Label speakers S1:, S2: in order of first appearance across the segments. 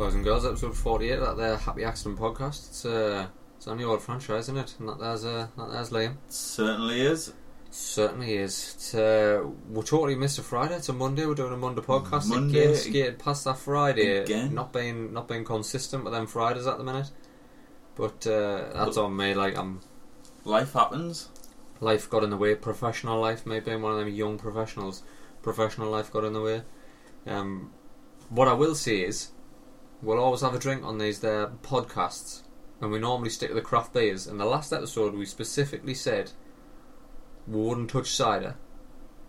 S1: and Girls, episode 48 of that there Happy Accident podcast. It's, uh, it's our new old franchise, isn't it? And that there's, uh, that there's Liam.
S2: Certainly is.
S1: Certainly is. It's, uh, we totally missed a Friday. It's a Monday. We're doing a Monday podcast.
S2: Monday
S1: Again, skated past that Friday.
S2: again.
S1: Not being not being consistent with them Fridays at the minute. But uh, that's on me. Like I'm,
S2: Life happens.
S1: life got in the way. Professional life, me being one of them young professionals. Professional life got in the way. Um, what I will say is, we'll always have a drink on these there podcasts, and we normally stick to the craft beers. In the last episode, we specifically said we wouldn't touch cider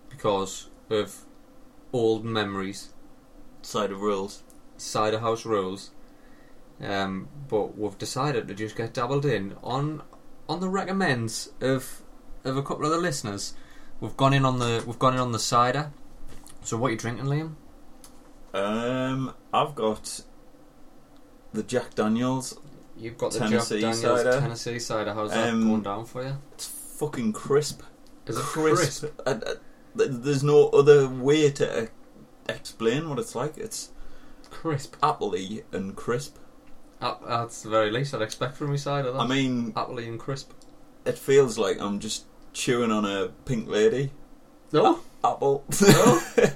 S1: because of old memories,
S2: Side of rules.
S1: cider house rules. Um, but we've decided to just get dabbled in on on the recommends of of a couple of the listeners. We've gone in on the we've gone in on the cider. So what are you drinking, Liam?
S2: Um, I've got the Jack Daniels.
S1: You've got the
S2: Tennessee
S1: Jack Daniel's
S2: cider.
S1: Tennessee cider. How's that
S2: Um,
S1: going down for you?
S2: It's fucking crisp.
S1: Is it
S2: crisp. I- I- th- there's no other way to uh, explain what it's like. It's
S1: Crisp.
S2: appley and crisp.
S1: At, that's the very least I'd expect from your cider. That.
S2: I mean,
S1: Aptly and crisp.
S2: it feels like I'm just chewing on a pink lady
S1: No,
S2: apple.
S1: No. eating,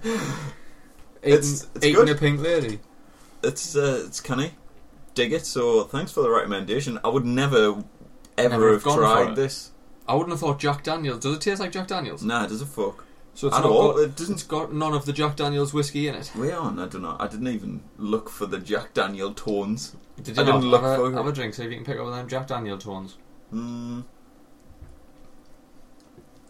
S2: It's- it's
S1: eating
S2: good.
S1: a pink lady.
S2: it's uh, it's canny. Dig it. So thanks for the recommendation. I would never, ever
S1: Never have
S2: have,
S1: gone for it.
S2: tried this.
S1: I wouldn't have thought Jack Daniels. Does it taste like Jack Daniels?
S2: Nah, it doesn't fuck.
S1: So
S2: I
S1: not
S2: don't know.
S1: got-
S2: It
S1: it's
S2: doesn't.
S1: got none of the Jack Daniels whiskey in it.
S2: Way on. I don't know. I didn't even look for the Jack Daniel tones.
S1: Did
S2: I
S1: you not?
S2: didn't look
S1: have,
S2: for
S1: a,
S2: it.
S1: have a drink, see if you can pick up them Jack Daniel tones.
S2: Hmm.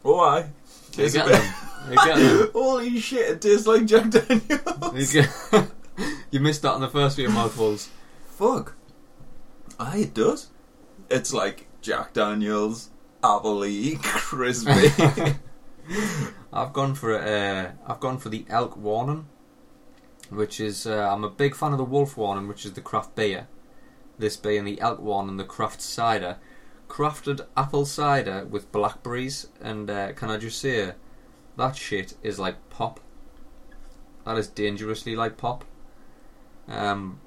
S2: Oh, aye.
S1: You
S2: Tastes
S1: get
S2: a bit-
S1: them. You get them.
S2: Holy shit! It tastes like Jack
S1: You,
S2: Daniels.
S1: get- you missed that on the first few mouthfuls.
S2: Fuck. Aye, it does. It's like Jack Daniels, Abilene, crispy.
S1: I've gone for uh, I've gone for the elk warning, which is uh, I'm a big fan of the wolf warning, which is the craft beer. This being the elk warning, the craft cider, crafted apple cider with blackberries, and uh, can I just say, that shit is like pop. That is dangerously like pop. Um,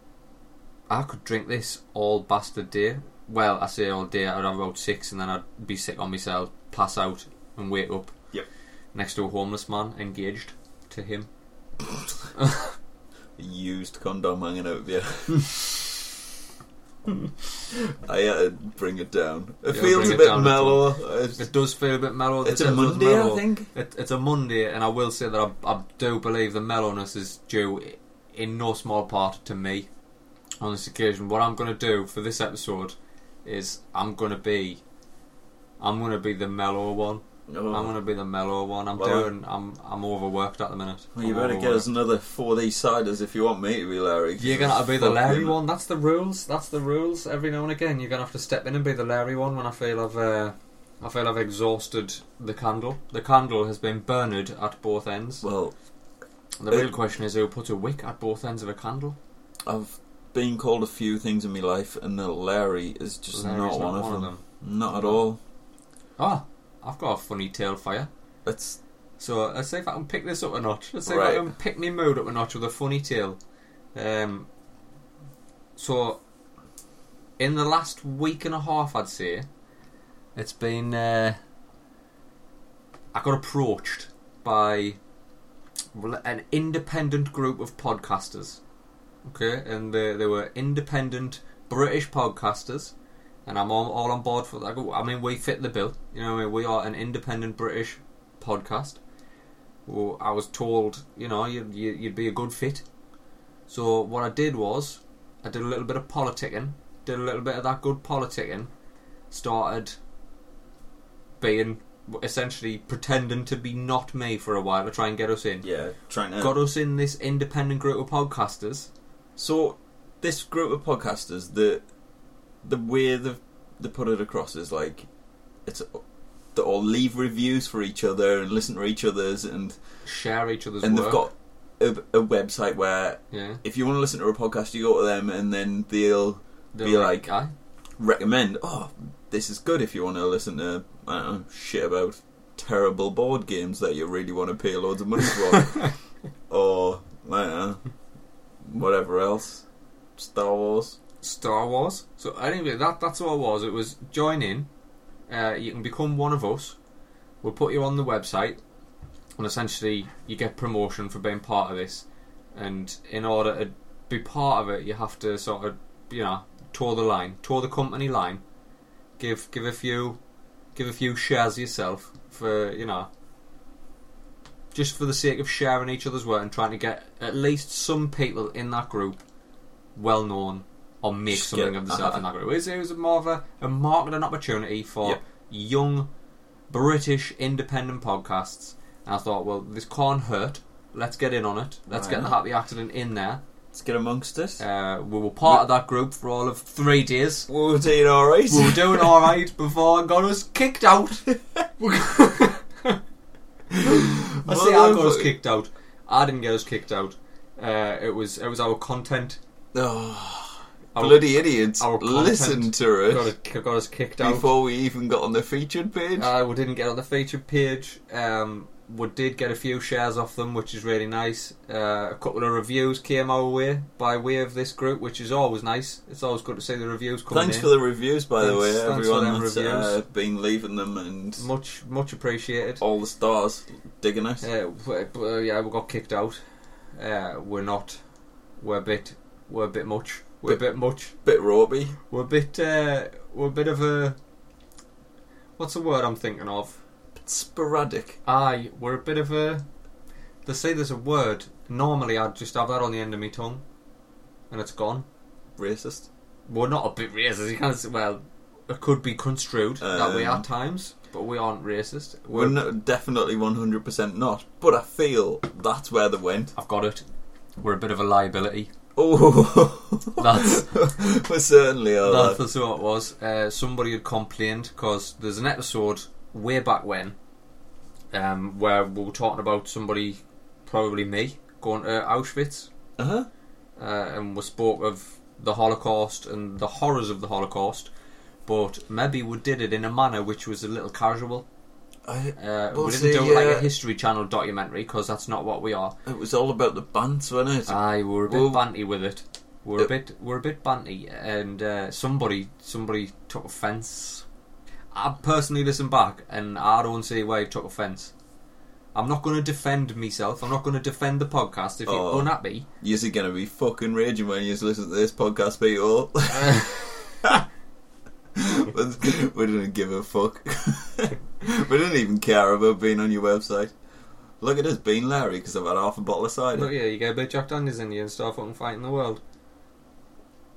S1: I could drink this all bastard day. Well, I say all day. I'd have about six, and then I'd be sick on myself, pass out, and wake up next to a homeless man engaged to him.
S2: used condom hanging out with you. I had to bring it down. It
S1: Yeah,
S2: feels
S1: bring
S2: a
S1: it
S2: bit
S1: down a
S2: mellow.
S1: It
S2: It's,
S1: does feel a bit mellow.
S2: it's
S1: It
S2: a
S1: does
S2: Monday, I
S1: mellow.
S2: think.
S1: It, it's a Monday, and I will say that I, I do believe the mellowness is due i- in no small part to me on this occasion. What I'm going to do for this episode is I'm going to be. I'm gonna be the mellow one.
S2: No.
S1: I'm gonna be the mellow one. I'm
S2: Oh. Well,
S1: doing. I'm. I'm overworked at the minute.
S2: well, you
S1: I'm
S2: better get
S1: overworked.
S2: us another four of these ciders if you want me to be Larry. 'cause
S1: You're gonna have to be the
S2: fucking-
S1: Larry one. That's the rules. That's the rules. Every now and again, you're gonna have to step in and be the Larry one when I feel I've, uh, I feel I've exhausted the candle. The candle has been burned at both ends.
S2: Well,
S1: The real
S2: Uh,
S1: question is who puts a wick at both ends of a candle.
S2: I've been called a few things in my life, and the Larry is just
S1: Larry's
S2: not, one, of them. Not at
S1: No.
S2: all.
S1: Ah, I've got a funny tale for you.
S2: It's
S1: So uh, let's see if I can pick this up a notch. Let's see
S2: Right.
S1: if I can pick my mood up a notch with a funny tale. Um, so in the last week and a half, I'd say it's been. Uh, I got approached by well, an independent group of podcasters. Okay, and they, they were independent British podcasters, and I'm all, all on board for that. I mean, we fit the bill. You know, what I mean, we are an independent British podcast. Well, I was told, you know, you'd, you- you'd be a good fit. So what I did was, I did a little bit of politicking, did a little bit of that good politicking, started being essentially pretending to be not me for a while to try and get us in.
S2: yeah, trying to.
S1: Got us in this independent group of podcasters.
S2: So this group of podcasters, the the way they they put it across is like it's they all leave reviews for each other and listen to each other's and
S1: Share each other's
S2: and
S1: work.
S2: they've got a, a website where
S1: yeah.
S2: if you want to listen to a podcast, you go to them and then they'll
S1: They're
S2: Be like,
S1: aye.
S2: recommend. Oh, this is good if you want to listen to I don't know shit about terrible board games that you really want to pay loads of money for, or I don't know, whatever else. Star
S1: basically that that's all it was. It was join in. Uh, you can become one of us. We'll put you on the website, and essentially you get promotion for being part of this. And in order to be part of it, you have to sort of you know tour the line, tour the company line, give give a few give a few shares yourself for you know just for the sake of sharing each other's work and trying to get at least some people in that group well known or make
S2: Just
S1: something
S2: get-
S1: of themselves in
S2: uh-huh.
S1: that group. It was, it was more of a, a marketing opportunity for
S2: Yep.
S1: young British independent podcasts. And I thought, well, this can't hurt. Let's get in on it. Let's get
S2: Right.
S1: the happy accident in there.
S2: Let's get amongst us.
S1: Uh, we were part of that group for all of three days.
S2: we were doing all right.
S1: We were doing all right before I got us kicked out. I say I got us kicked out. I didn't get us kicked out. Uh, it was it was our content.
S2: Oh,
S1: Our,
S2: bloody idiots!
S1: our content
S2: Listen to
S1: got us,
S2: it
S1: got us kicked out.
S2: before we even got on the featured page.
S1: Uh, we didn't get on the featured page. Um, we did get a few shares off them, which is really nice. Uh, a couple of reviews came our way by way of this group, which is always nice. It's always good to see the reviews coming
S2: Thanks
S1: in.
S2: for the reviews, by the
S1: Thanks-
S2: way,
S1: thanks for
S2: everyone
S1: them
S2: that's uh, been leaving them and
S1: much much appreciated.
S2: all the stars digging us.
S1: Uh, w- but, uh, yeah, we got kicked out. Uh, we're not. We're a bit. We're a bit much. We're a
S2: Bit-
S1: bit much.
S2: Bit ropey.
S1: We're a bit. Uh, we're a bit of a. What's the word I'm thinking of?
S2: Bit sporadic.
S1: Aye, we're a bit of a. They say there's a word. Normally, I'd just have that on the end of my tongue, and it's gone.
S2: Racist.
S1: We're not a bit racist. You can't. Say, well, it could be construed that way
S2: Um,
S1: at times, but we aren't racist.
S2: We're,
S1: We're.
S2: no- definitely 100% not, but I feel that's where they went.
S1: I've got it. We're a bit of a liability.
S2: Oh,
S1: That's
S2: we certainly are.
S1: That's the sort it was. Uh, somebody had complained because there's an episode way back when um, where we were talking about somebody, probably me, going to Auschwitz,
S2: Uh huh.
S1: uh, and we spoke of the Holocaust and the horrors of the Holocaust, but maybe we did it in a manner which was a little casual.
S2: I,
S1: Uh,
S2: Well,
S1: we didn't
S2: see,
S1: do it like
S2: yeah.
S1: a History Channel documentary because that's not what we are.
S2: it was all about the bands, wasn't it?
S1: Aye, we were a bit
S2: Well-
S1: banty with it. We're
S2: Uh,
S1: a bit, we're a bit banty, and uh, somebody, somebody took offence. I personally listen back, and I don't see why he took offence. I'm not going to defend myself. I'm not going to defend the podcast. If
S2: Oh.
S1: you're unhappy,
S2: You're going to be fucking raging when you listen to this podcast, people. But we didn't give a fuck. we didn't even care about being on your website. Look at us being Larry because I've had half a bottle of cider.
S1: look, yeah, you get a bit of Jack Daniels in you and start fucking fighting the world.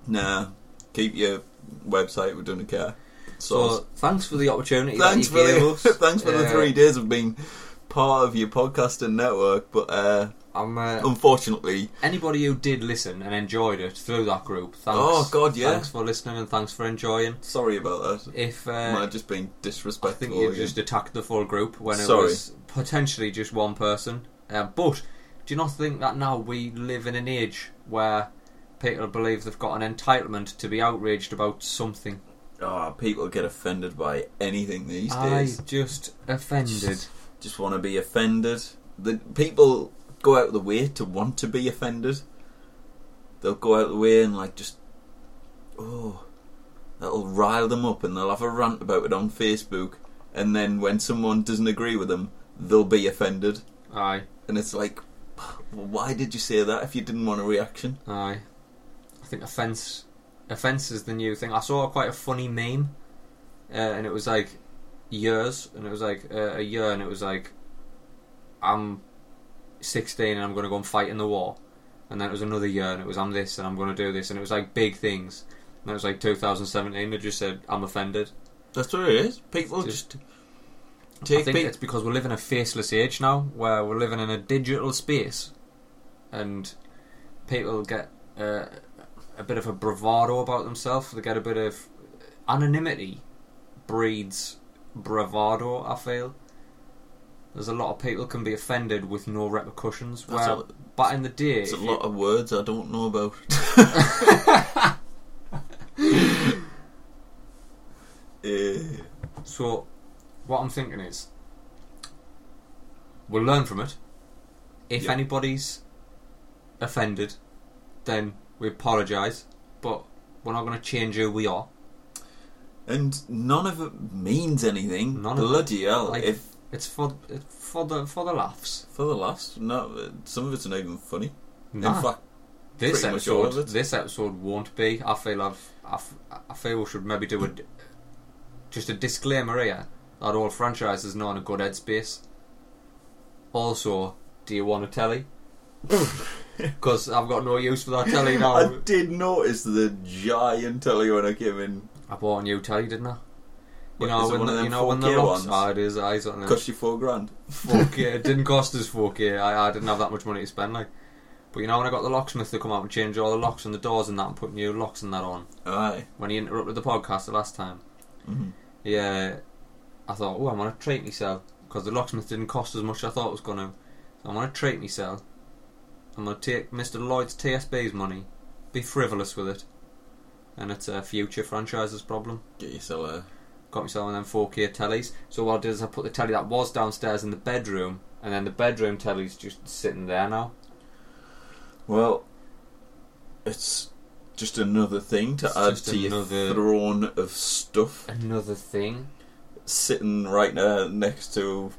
S2: Nah, keep your website. We don't care.
S1: So,
S2: So
S1: thanks for the opportunity.
S2: thanks
S1: that
S2: for
S1: you gave
S2: the
S1: us.
S2: thanks for the
S1: Uh,
S2: three days of being part of your podcasting network. But uh,
S1: I'm, uh,
S2: unfortunately,
S1: anybody who did listen and enjoyed it through that group, thanks.
S2: Oh, God, yeah.
S1: Thanks for listening and thanks for enjoying.
S2: sorry about that.
S1: If uh,
S2: Might have just been
S1: I
S2: disrespectful.
S1: think you
S2: again.
S1: just attacked the full group when it
S2: Sorry.
S1: was potentially just one person. Uh, but do you not think that now we live in an age where people believe they've got an entitlement to be outraged about something?
S2: Ah, people get offended by anything these
S1: I
S2: days.
S1: just offended.
S2: Just want to be offended. The people go out of the way to want to be offended. They'll go out of the way and like just oh, that'll rile them up, and they'll have a rant about it on Facebook. And then when someone doesn't agree with them, they'll be offended,
S1: Aye,
S2: and it's like, well, why did you say that if you didn't want a reaction?
S1: aye. I think offence, offence is the new thing. I saw quite a funny meme, uh, and it was like years, and it was like uh, a year, and it was like I'm 16 and I'm going to go and fight in the war. And then it was another year, and it was I'm this and I'm going to do this, and it was like big things. And it was like 2017. They just said I'm offended.
S2: That's what it is. People just,
S1: Just- I
S2: take
S1: think
S2: people.
S1: it's because we live in a faceless age now, where we're living in a digital space, and people get uh, a bit of a bravado about themselves. They get a bit of anonymity breeds bravado. I feel there's a lot of people can be offended with no repercussions.
S2: That's
S1: Where
S2: all-
S1: back in the day,
S2: It's a
S1: if you-
S2: lot of words I don't know about. Eh,
S1: So, what I'm thinking is, we'll learn from it. If
S2: Yeah.
S1: anybody's offended, then we apologise, but we're not going to change who we are.
S2: and none of it means anything.
S1: None of it.
S2: Bloody hell!
S1: Like-
S2: if
S1: It's for it's for the for the laughs.
S2: for the last, no, some of it's not even funny.
S1: Nah.
S2: In fact,
S1: this
S2: pretty much all
S1: episode
S2: of it.
S1: this episode won't be. I feel I've I, f- I feel we should maybe do a just a disclaimer here that all franchises not in a good headspace. Also, do you want a telly? Because I've got no use for that telly now.
S2: I did notice the giant telly when I came in.
S1: I bought a new telly, didn't I? You
S2: What,
S1: know,
S2: is it
S1: when
S2: one
S1: the,
S2: of them
S1: you know when the
S2: 4K
S1: rocks.
S2: ones?
S1: Ah, it is. I on
S2: Cost you four grand.
S1: 4K. it didn't cost us 4K. I, I didn't have that much money to spend. Like, but you know when I got the locksmith to come out and change all the locks on the doors and that, and put new locks and that on.
S2: Aye.
S1: When he interrupted the podcast the last time,
S2: Mhm.
S1: yeah, I thought, oh, I'm gonna treat myself because the locksmith didn't cost as much as I thought it was gonna. So I'm gonna treat myself. I'm gonna take Mr. Lloyd's TSB's money, be frivolous with it, and it's a future franchise's problem.
S2: Get yourself a.
S1: Got myself one of them 4K tellies. So what I did is I put the telly that was downstairs in the bedroom, and then the bedroom telly's just sitting there now.
S2: Well, it's just another thing to
S1: It's
S2: add
S1: just
S2: to your
S1: another-
S2: throne of stuff.
S1: Another thing.
S2: Sitting right now next to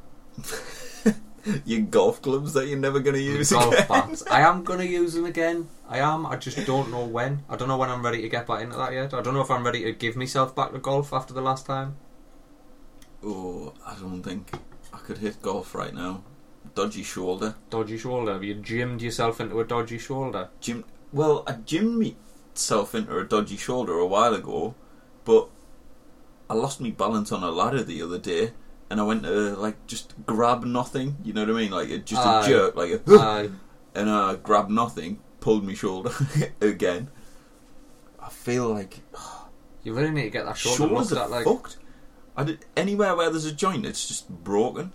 S2: your golf clubs that you're never going to use.
S1: golf
S2: again.
S1: bats. I am gonna use them again. I am. I just don't know when. I don't know when I'm ready to get back into that yet. I don't know if I'm ready to give myself back to golf after the last time.
S2: Oh, I don't think I could hit golf right now. Dodgy shoulder.
S1: Dodgy shoulder. Have you gymmed yourself into a dodgy shoulder?
S2: Jim. Well, I gymmed myself into a dodgy shoulder a while ago, but I lost my balance on a ladder the other day, and I went to like just grab nothing. You know what I mean? Like it- just
S1: Aye.
S2: a jerk, like a,
S1: I
S2: and I grabbed nothing, pulled my shoulder again. I feel like
S1: you really need to get that shoulder
S2: shoulders
S1: looked
S2: are
S1: at. Like
S2: fucked. I did, anywhere where there's a joint, it's just broken.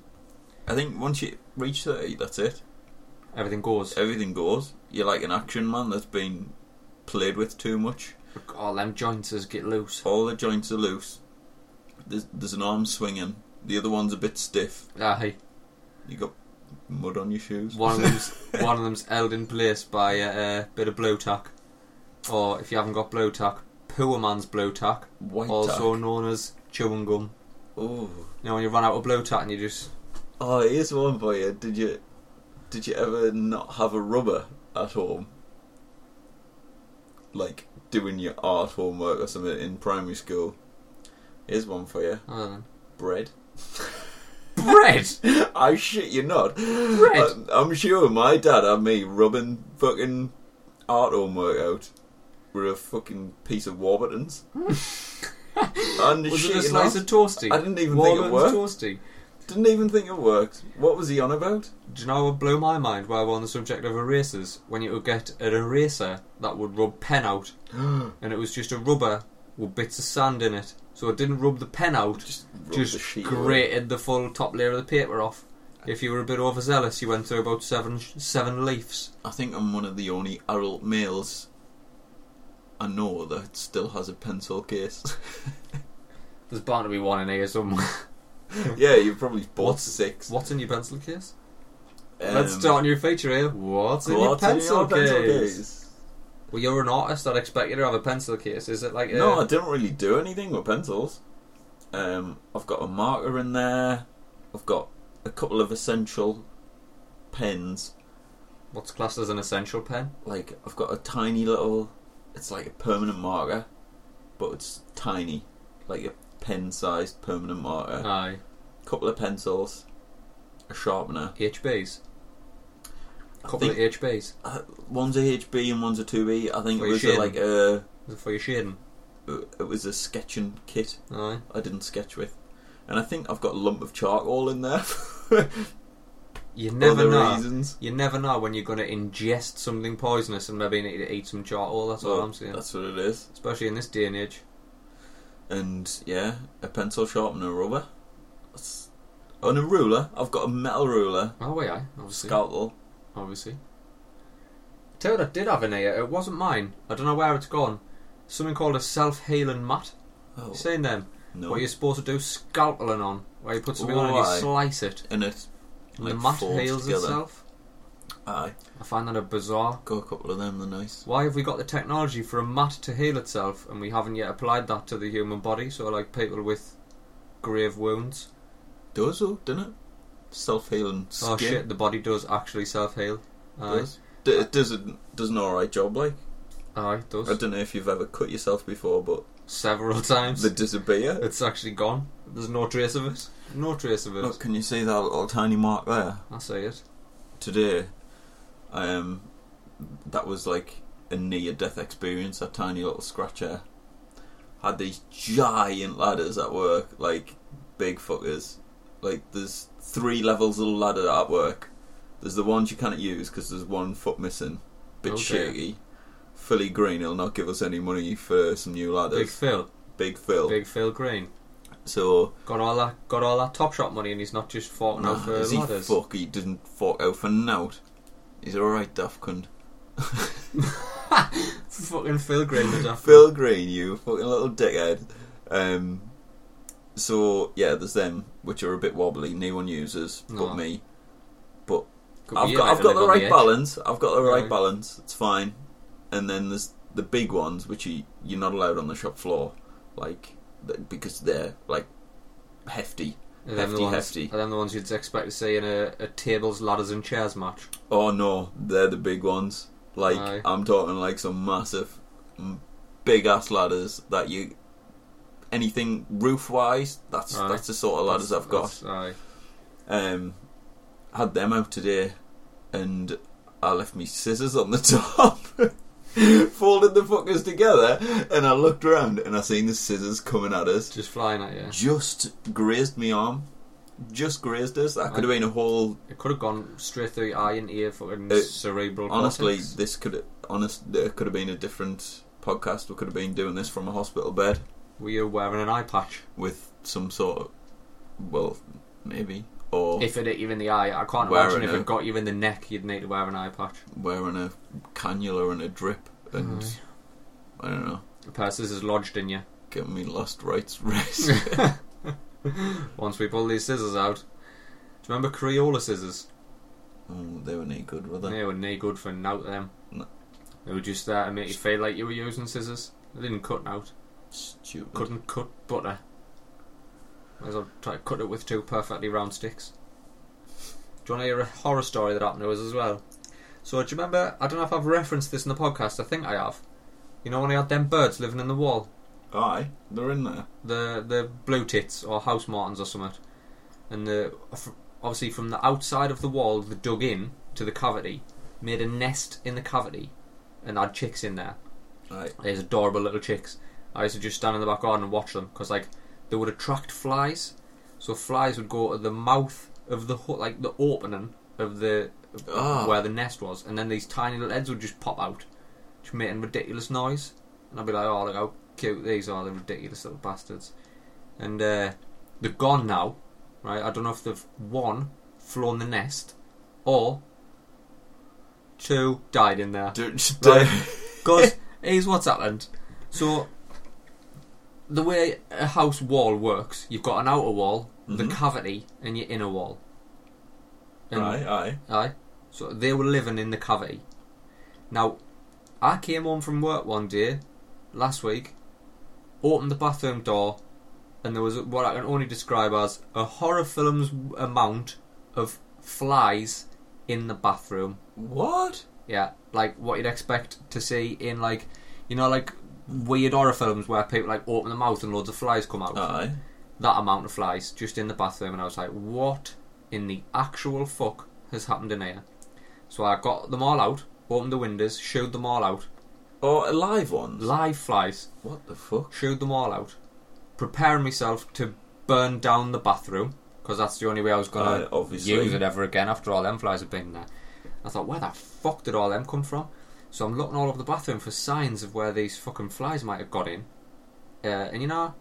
S2: I think once you reach thirty, that's it.
S1: everything goes.
S2: Everything goes. You're like an action man that's been played with too much.
S1: All Oh, them joints just get loose.
S2: All the joints are loose. There's, there's an arm swinging. The other one's a bit stiff.
S1: Aye.
S2: You got mud on your shoes.
S1: Ah, One of them's one of them's held in place by a, a bit of blow tack, or if you haven't got blow tack, poor man's blow tack,
S2: White
S1: also
S2: tack.
S1: known as chewing gum.
S2: Oh,
S1: You know when you run out of blow tack and you just
S2: oh, here's one for you. Did you did you ever not have a rubber at home? Like doing your art homework or something in primary school. Here's one for you.
S1: oh,
S2: Bread.
S1: bread.
S2: I shit you not.
S1: Bread.
S2: I, am sure my dad had me rubbing fucking art homework out with a fucking piece of Warburton's. and
S1: Was it
S2: shit
S1: a
S2: you
S1: slice
S2: not,
S1: of toasty?
S2: I didn't even think it
S1: Walnut
S2: worked.
S1: toasty.
S2: Didn't even think it worked. What was he on about?
S1: Do you know what blew my mind while we're on the subject of erasers? When you would get an eraser that would rub pen out, and it was just a rubber with bits of sand in it, so it didn't rub the pen out.
S2: Just, rubbed the
S1: just
S2: sheet
S1: grated the full top layer of the paper off. If you were a bit overzealous, you went through about seven seven leaves.
S2: over. I think I'm one of the only adult males I know that still has a pencil case.
S1: There's bound to be one in here somewhere.
S2: yeah, you probably bought
S1: What's-
S2: six.
S1: What's in your pencil case? Let's
S2: Um,
S1: start a new feature here. What's in your
S2: what's in
S1: pencil,
S2: your pencil
S1: case?
S2: case?
S1: Well, you're an artist. I'd expect you to have a pencil case. Is it like uh, a,
S2: No, I didn't really do anything with pencils. Um, I've got a marker in there. I've got a couple of essential pens.
S1: what's classed as an essential pen?
S2: Like I've got a tiny little. It's like a permanent marker, but it's tiny, like a pen-sized permanent marker.
S1: Aye,
S2: A couple of pencils, a sharpener.
S1: HBs.
S2: I
S1: Couple
S2: think-
S1: of HBs
S2: Uh, one's a HB and one's a 2B. I think
S1: For your
S2: it was a,
S1: shading.
S2: like a.
S1: for your shading.
S2: It was a sketching kit.
S1: Aye,
S2: I didn't sketch with. And I think I've got a lump of charcoal in there
S1: you
S2: for
S1: never
S2: other
S1: know.
S2: reasons.
S1: You never know when you're going to ingest something poisonous and maybe need to eat some charcoal. That's all
S2: Well,
S1: I'm saying.
S2: That's what it is.
S1: Especially in this day and age.
S2: And yeah, a pencil sharpener rubber. That's... And a ruler. I've got a metal ruler,
S1: Oh, wait, aye, obviously.
S2: scalpel.
S1: obviously. Tell you what I did have in here. It wasn't mine. I don't know where it's gone. Something called a self-healing mat.
S2: Oh,
S1: You seen them?
S2: no.
S1: What you're supposed to do scalpeling on, where you put something on and
S2: Why?
S1: you slice it.
S2: And it
S1: And
S2: like,
S1: the mat
S2: folds
S1: heals
S2: together.
S1: itself.
S2: Aye.
S1: I find that a bizarre.
S2: Got a couple of them, they're nice.
S1: Why have we got the technology for a mat to heal itself and we haven't yet applied that to the human body? So, like people with grave wounds.
S2: Does though, doesn't it? Self healing skin.
S1: Oh shit, the body does actually self heal. Aye.
S2: Does. D- it does, it does an alright job, like.
S1: Aye, it
S2: I
S1: does.
S2: don't know if you've ever cut yourself before, but
S1: Several times.
S2: they disappear.
S1: It's actually gone. There's no trace of it. No trace of it.
S2: Look, can you see that little tiny mark there?
S1: I say it.
S2: Today, um, that was like a near death experience, that tiny little scratch there. Had these giant ladders at work, like big fuckers. Like, there's three levels of ladder at work. There's the ones you can't use because there's one foot missing. Bit
S1: Oh dear.
S2: shaky. Philly Green, he'll not give us any money for some new
S1: Big
S2: ladders.
S1: Phil.
S2: Big, Phil.
S1: Big Phil Green.
S2: So
S1: Got all that got all that top shot money and he's not just forking
S2: nah,
S1: out for
S2: is he
S1: ladders.
S2: fuck? He didn't fuck out for nout. He's alright, daft cunt.
S1: Fucking Phil Green the daft
S2: Phil Green, you fucking little dickhead. Um, so yeah, there's them which are a bit wobbly. No one uses but
S1: Aw.
S2: me.
S1: Could be
S2: I've
S1: you,
S2: got, I've
S1: having
S2: got
S1: a
S2: the
S1: go on
S2: right
S1: edge.
S2: balance. I've got the right
S1: Aye.
S2: balance. It's fine. And then there's the big ones which you you're not allowed on the shop floor, like th- because they're like hefty.
S1: Are them the
S2: Hefty,
S1: ones-
S2: hefty.
S1: Are them the ones you'd expect to see in a, a tables, ladders and chairs match?
S2: Oh no, they're the big ones. Like
S1: Aye.
S2: I'm talking like some massive, big ass ladders that you anything roof wise. That's
S1: Aye.
S2: that's the sort of ladders I've got.
S1: That's- Aye.
S2: Um, had them out today, and I left me scissors on the top. Folded the fuckers together, and I looked around and I seen the scissors coming at us.
S1: Just flying at you.
S2: Just grazed me arm. Just grazed us. That could have been a whole
S1: It could have gone straight through your eye and ear, fucking
S2: Uh,
S1: cerebral.
S2: Honestly,
S1: cortex.
S2: this could honest there could have been a different podcast. We could have been doing this from a hospital bed
S1: were you wearing an eye patch?
S2: with some sort of well, maybe or
S1: If it hit you in the eye, I can't
S2: Oh. Wearing
S1: imagine if
S2: a-
S1: it got you in the neck, you'd need to wear an eye patch.
S2: wearing a cannula and a drip and
S1: Aye. Mm-hmm.
S2: I don't know,
S1: The purses is lodged in you.
S2: getting me lost rights race.
S1: Once we pull these scissors out. Do you remember Crayola scissors?
S2: oh, they were any good, were they?
S1: They were no good for nout them.
S2: No.
S1: They were just there to make you feel like you were using scissors. They didn't cut out.
S2: Stupid.
S1: Couldn't cut butter. Might as well try to cut it with two perfectly round sticks. Do you want to hear a horror story that happened to us as well? So do you remember? I don't know if I've referenced this in the podcast. I think I have. You know when I had them birds living in the wall.
S2: Aye, they're in there.
S1: the the blue tits or house martins or something, and the f- obviously from the outside of the wall they dug in to the cavity, made a nest in the cavity, and had chicks in there.
S2: Aye.
S1: These adorable little chicks. I used to just stand in the back garden and watch them because like they would attract flies, so flies would go to the mouth of the ho- like the opening of the of
S2: Ah.
S1: where the nest was, and then these tiny little heads would just pop out, just making ridiculous noise, and I'd be like, oh look how cute these are, the ridiculous little bastards, and uh, they're gone now, right? I don't know if they've one flown the nest, or two died in there.
S2: Do- just-
S1: Right. Because here's what's happened. So, the way a house wall works, you've got an outer wall, the
S2: Mhm.
S1: cavity, and your inner wall. And-
S2: Aye, aye.
S1: Aye. So they were living in the cavity. Now, I came home from work one day, last week, opened the bathroom door, and there was what I can only describe as a horror film's amount of flies in the bathroom.
S2: What?
S1: Yeah, like what you'd expect to see in like, you know, like weird horror films where people like open their mouth and loads of flies come out.
S2: Aye.
S1: That amount of flies just in the bathroom, and I was like, what in the actual fuck has happened in here? So I got them all out, opened the windows, shooed them all out,
S2: Or alive ones?
S1: live flies,
S2: what the fuck?
S1: shooed them all out, preparing myself to burn down the bathroom because that's the only way I was gonna
S2: Aye, obviously.
S1: use it ever again after all them flies have been there. I thought, where the fuck did all them come from? So I'm looking all over the bathroom for signs of where these fucking flies might have got in. Uh, and you know,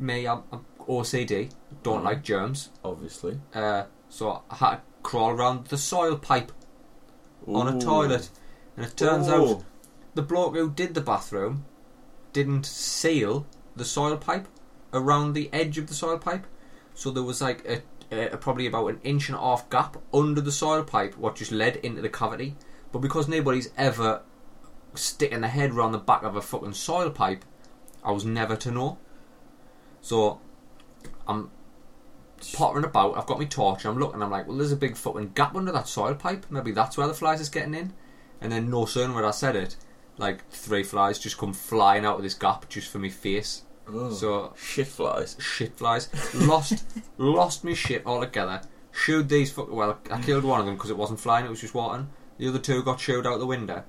S1: me, I'm, I'm OCD, don't
S2: Mhm.
S1: like germs.
S2: Obviously.
S1: Uh, so I had to crawl around the soil pipe on a
S2: Ooh.
S1: toilet. And it turns
S2: Ooh.
S1: out the bloke who did the bathroom didn't seal the soil pipe around the edge of the soil pipe. So there was like a, uh, probably about an inch and a half gap under the soil pipe, what just led into the cavity. But because nobody's ever sticking their head round the back of a fucking soil pipe, I was never to know. So I'm pottering about. I've got my torch. I'm looking. I'm like, well, there's a big fucking gap under that soil pipe. Maybe that's where the flies is getting in. And then no sooner had I said it, like three flies just come flying out of this gap just for me face.
S2: Oh,
S1: So
S2: shit flies.
S1: shit flies. Lost, lost me shit altogether. Shooed these fuck. Well, I killed one of them because it wasn't flying; it was just watering. The other two got shooed out the window.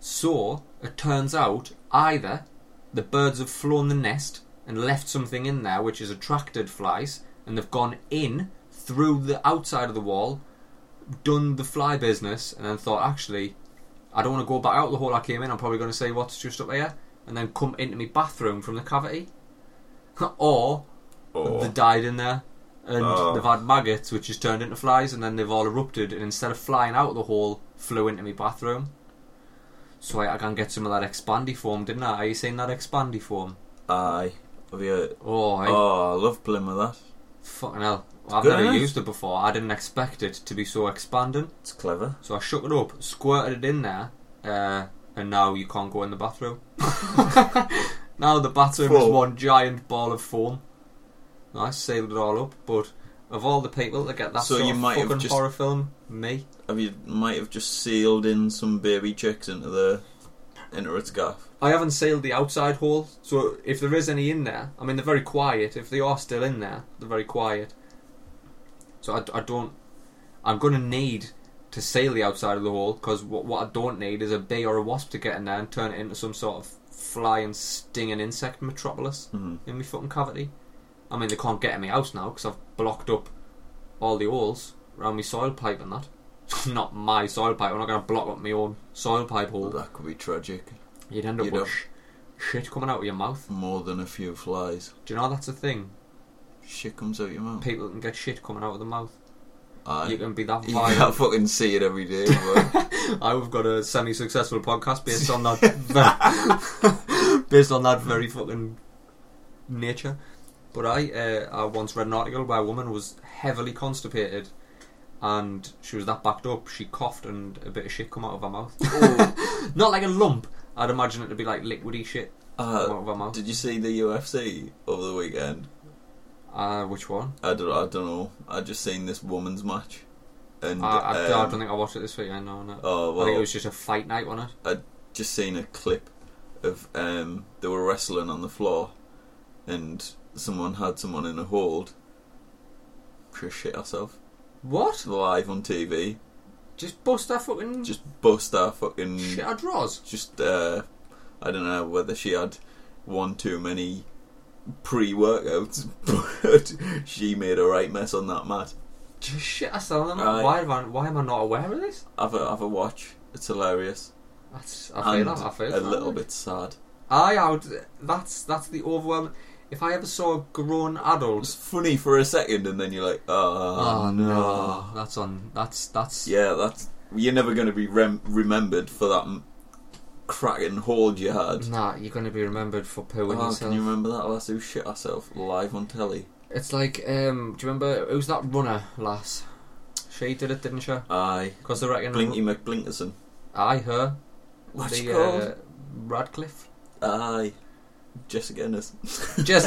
S1: So it turns out either the birds have flown the nest and left something in there, which has attracted flies, and they've gone in through the outside of the wall, done the fly business, and then thought, actually, I don't want to go back out the hole I came in. I'm probably going to see what's just up here, and then come into my bathroom from the cavity. or they died in there, and
S2: Oh.
S1: they've had maggots, which has turned into flies, and then they've all erupted, and instead of flying out the hole, flew into my bathroom. So I, I can get some of that expandy form, didn't I? Are you seen that expandy form?
S2: Aye. Have you?
S1: Oh, I,
S2: Oh, I love playing with that.
S1: fucking hell. I've
S2: good,
S1: never
S2: isn't it?
S1: used it before. I didn't expect it to be so expanding.
S2: It's clever.
S1: So I shook it up, squirted it in there, uh, and now you can't go in the bathroom. now the bathroom is
S2: Full.
S1: one giant ball of foam. I sealed it all up, but of all the people that get that
S2: So
S1: sort
S2: you
S1: of
S2: might have
S1: fucking
S2: just-
S1: horror film, me.
S2: Have you? Might have just sealed in some baby chicks into the into its gaff.
S1: I haven't sealed the outside hole, so if there is any in there, I mean they're very quiet. If they are still in there, they're very quiet. So I, I don't. I'm gonna need to seal the outside of the hole because what, what I don't need is a bee or a wasp to get in there and turn it into some sort of flying stinging insect metropolis
S2: Mm.
S1: in my fucking cavity. I mean they can't get in my house now because I've blocked up all the holes around my soil pipe and that. Not my soil pipe. I'm not gonna block up my own soil pipe hole.
S2: Well, that could be tragic.
S1: You'd end up
S2: You'd
S1: with
S2: have-
S1: sh- shit coming out of your mouth.
S2: More than a few flies.
S1: Do you know that's a thing?
S2: Shit comes out your mouth.
S1: People can get shit coming out of the mouth.
S2: Aye.
S1: You can be that
S2: You
S1: violent.
S2: can't fucking see it every day. But
S1: I've got a semi-successful podcast based on that, very, based on that very fucking nature. But I, uh, I once read an article where a woman was heavily constipated, and she was that backed up. She coughed and a bit of shit come out of her mouth. Oh. Not like a lump. I'd imagine it to be like liquidy shit come
S2: uh,
S1: out of her mouth.
S2: did you see the UFC over the weekend?
S1: Uh, which one?
S2: I don't. I don't know. I just seen this woman's match, and
S1: I, I, I
S2: um,
S1: don't think I watched it this weekend. No, no.
S2: Oh
S1: I think it
S2: well,
S1: was just a fight night on it.
S2: just seen a clip of um, they were wrestling on the floor, and someone had someone in a hold. She shit herself
S1: What?
S2: live on TV.
S1: Just bust that fucking
S2: Just bust her fucking.
S1: shit out draws.
S2: Just uh, I don't know whether she had one too many pre-workouts, but she made a right mess on that mat.
S1: Just shit herself. I'm
S2: Aye.
S1: like, Why, have I, why am I not aware of this?
S2: Have a have a watch. It's hilarious.
S1: That's, I feel
S2: and
S1: that. I feel
S2: a
S1: that.
S2: little bit sad.
S1: Aye, I would, that's that's the overwhelming. If I ever saw a grown adult.
S2: It's funny for a second, and then you're like, oh,
S1: that's on. That's that's.
S2: Yeah, that's you're never going to be rem- remembered for that m- cracking hold you had.
S1: Nah, you're gonna be remembered for pooing
S2: Oh,
S1: Mm-hmm. yourself.
S2: can you remember that lass who shit herself live on telly?
S1: it's like, um, do you remember who's that runner lass? She did it, didn't she?
S2: Aye,
S1: Because they reckon.
S2: Blinky McBlinkerson.
S1: Aye, her.
S2: What's she
S1: the,
S2: called?
S1: uh, Radcliffe.
S2: Aye, Jessica Ennis.
S1: Just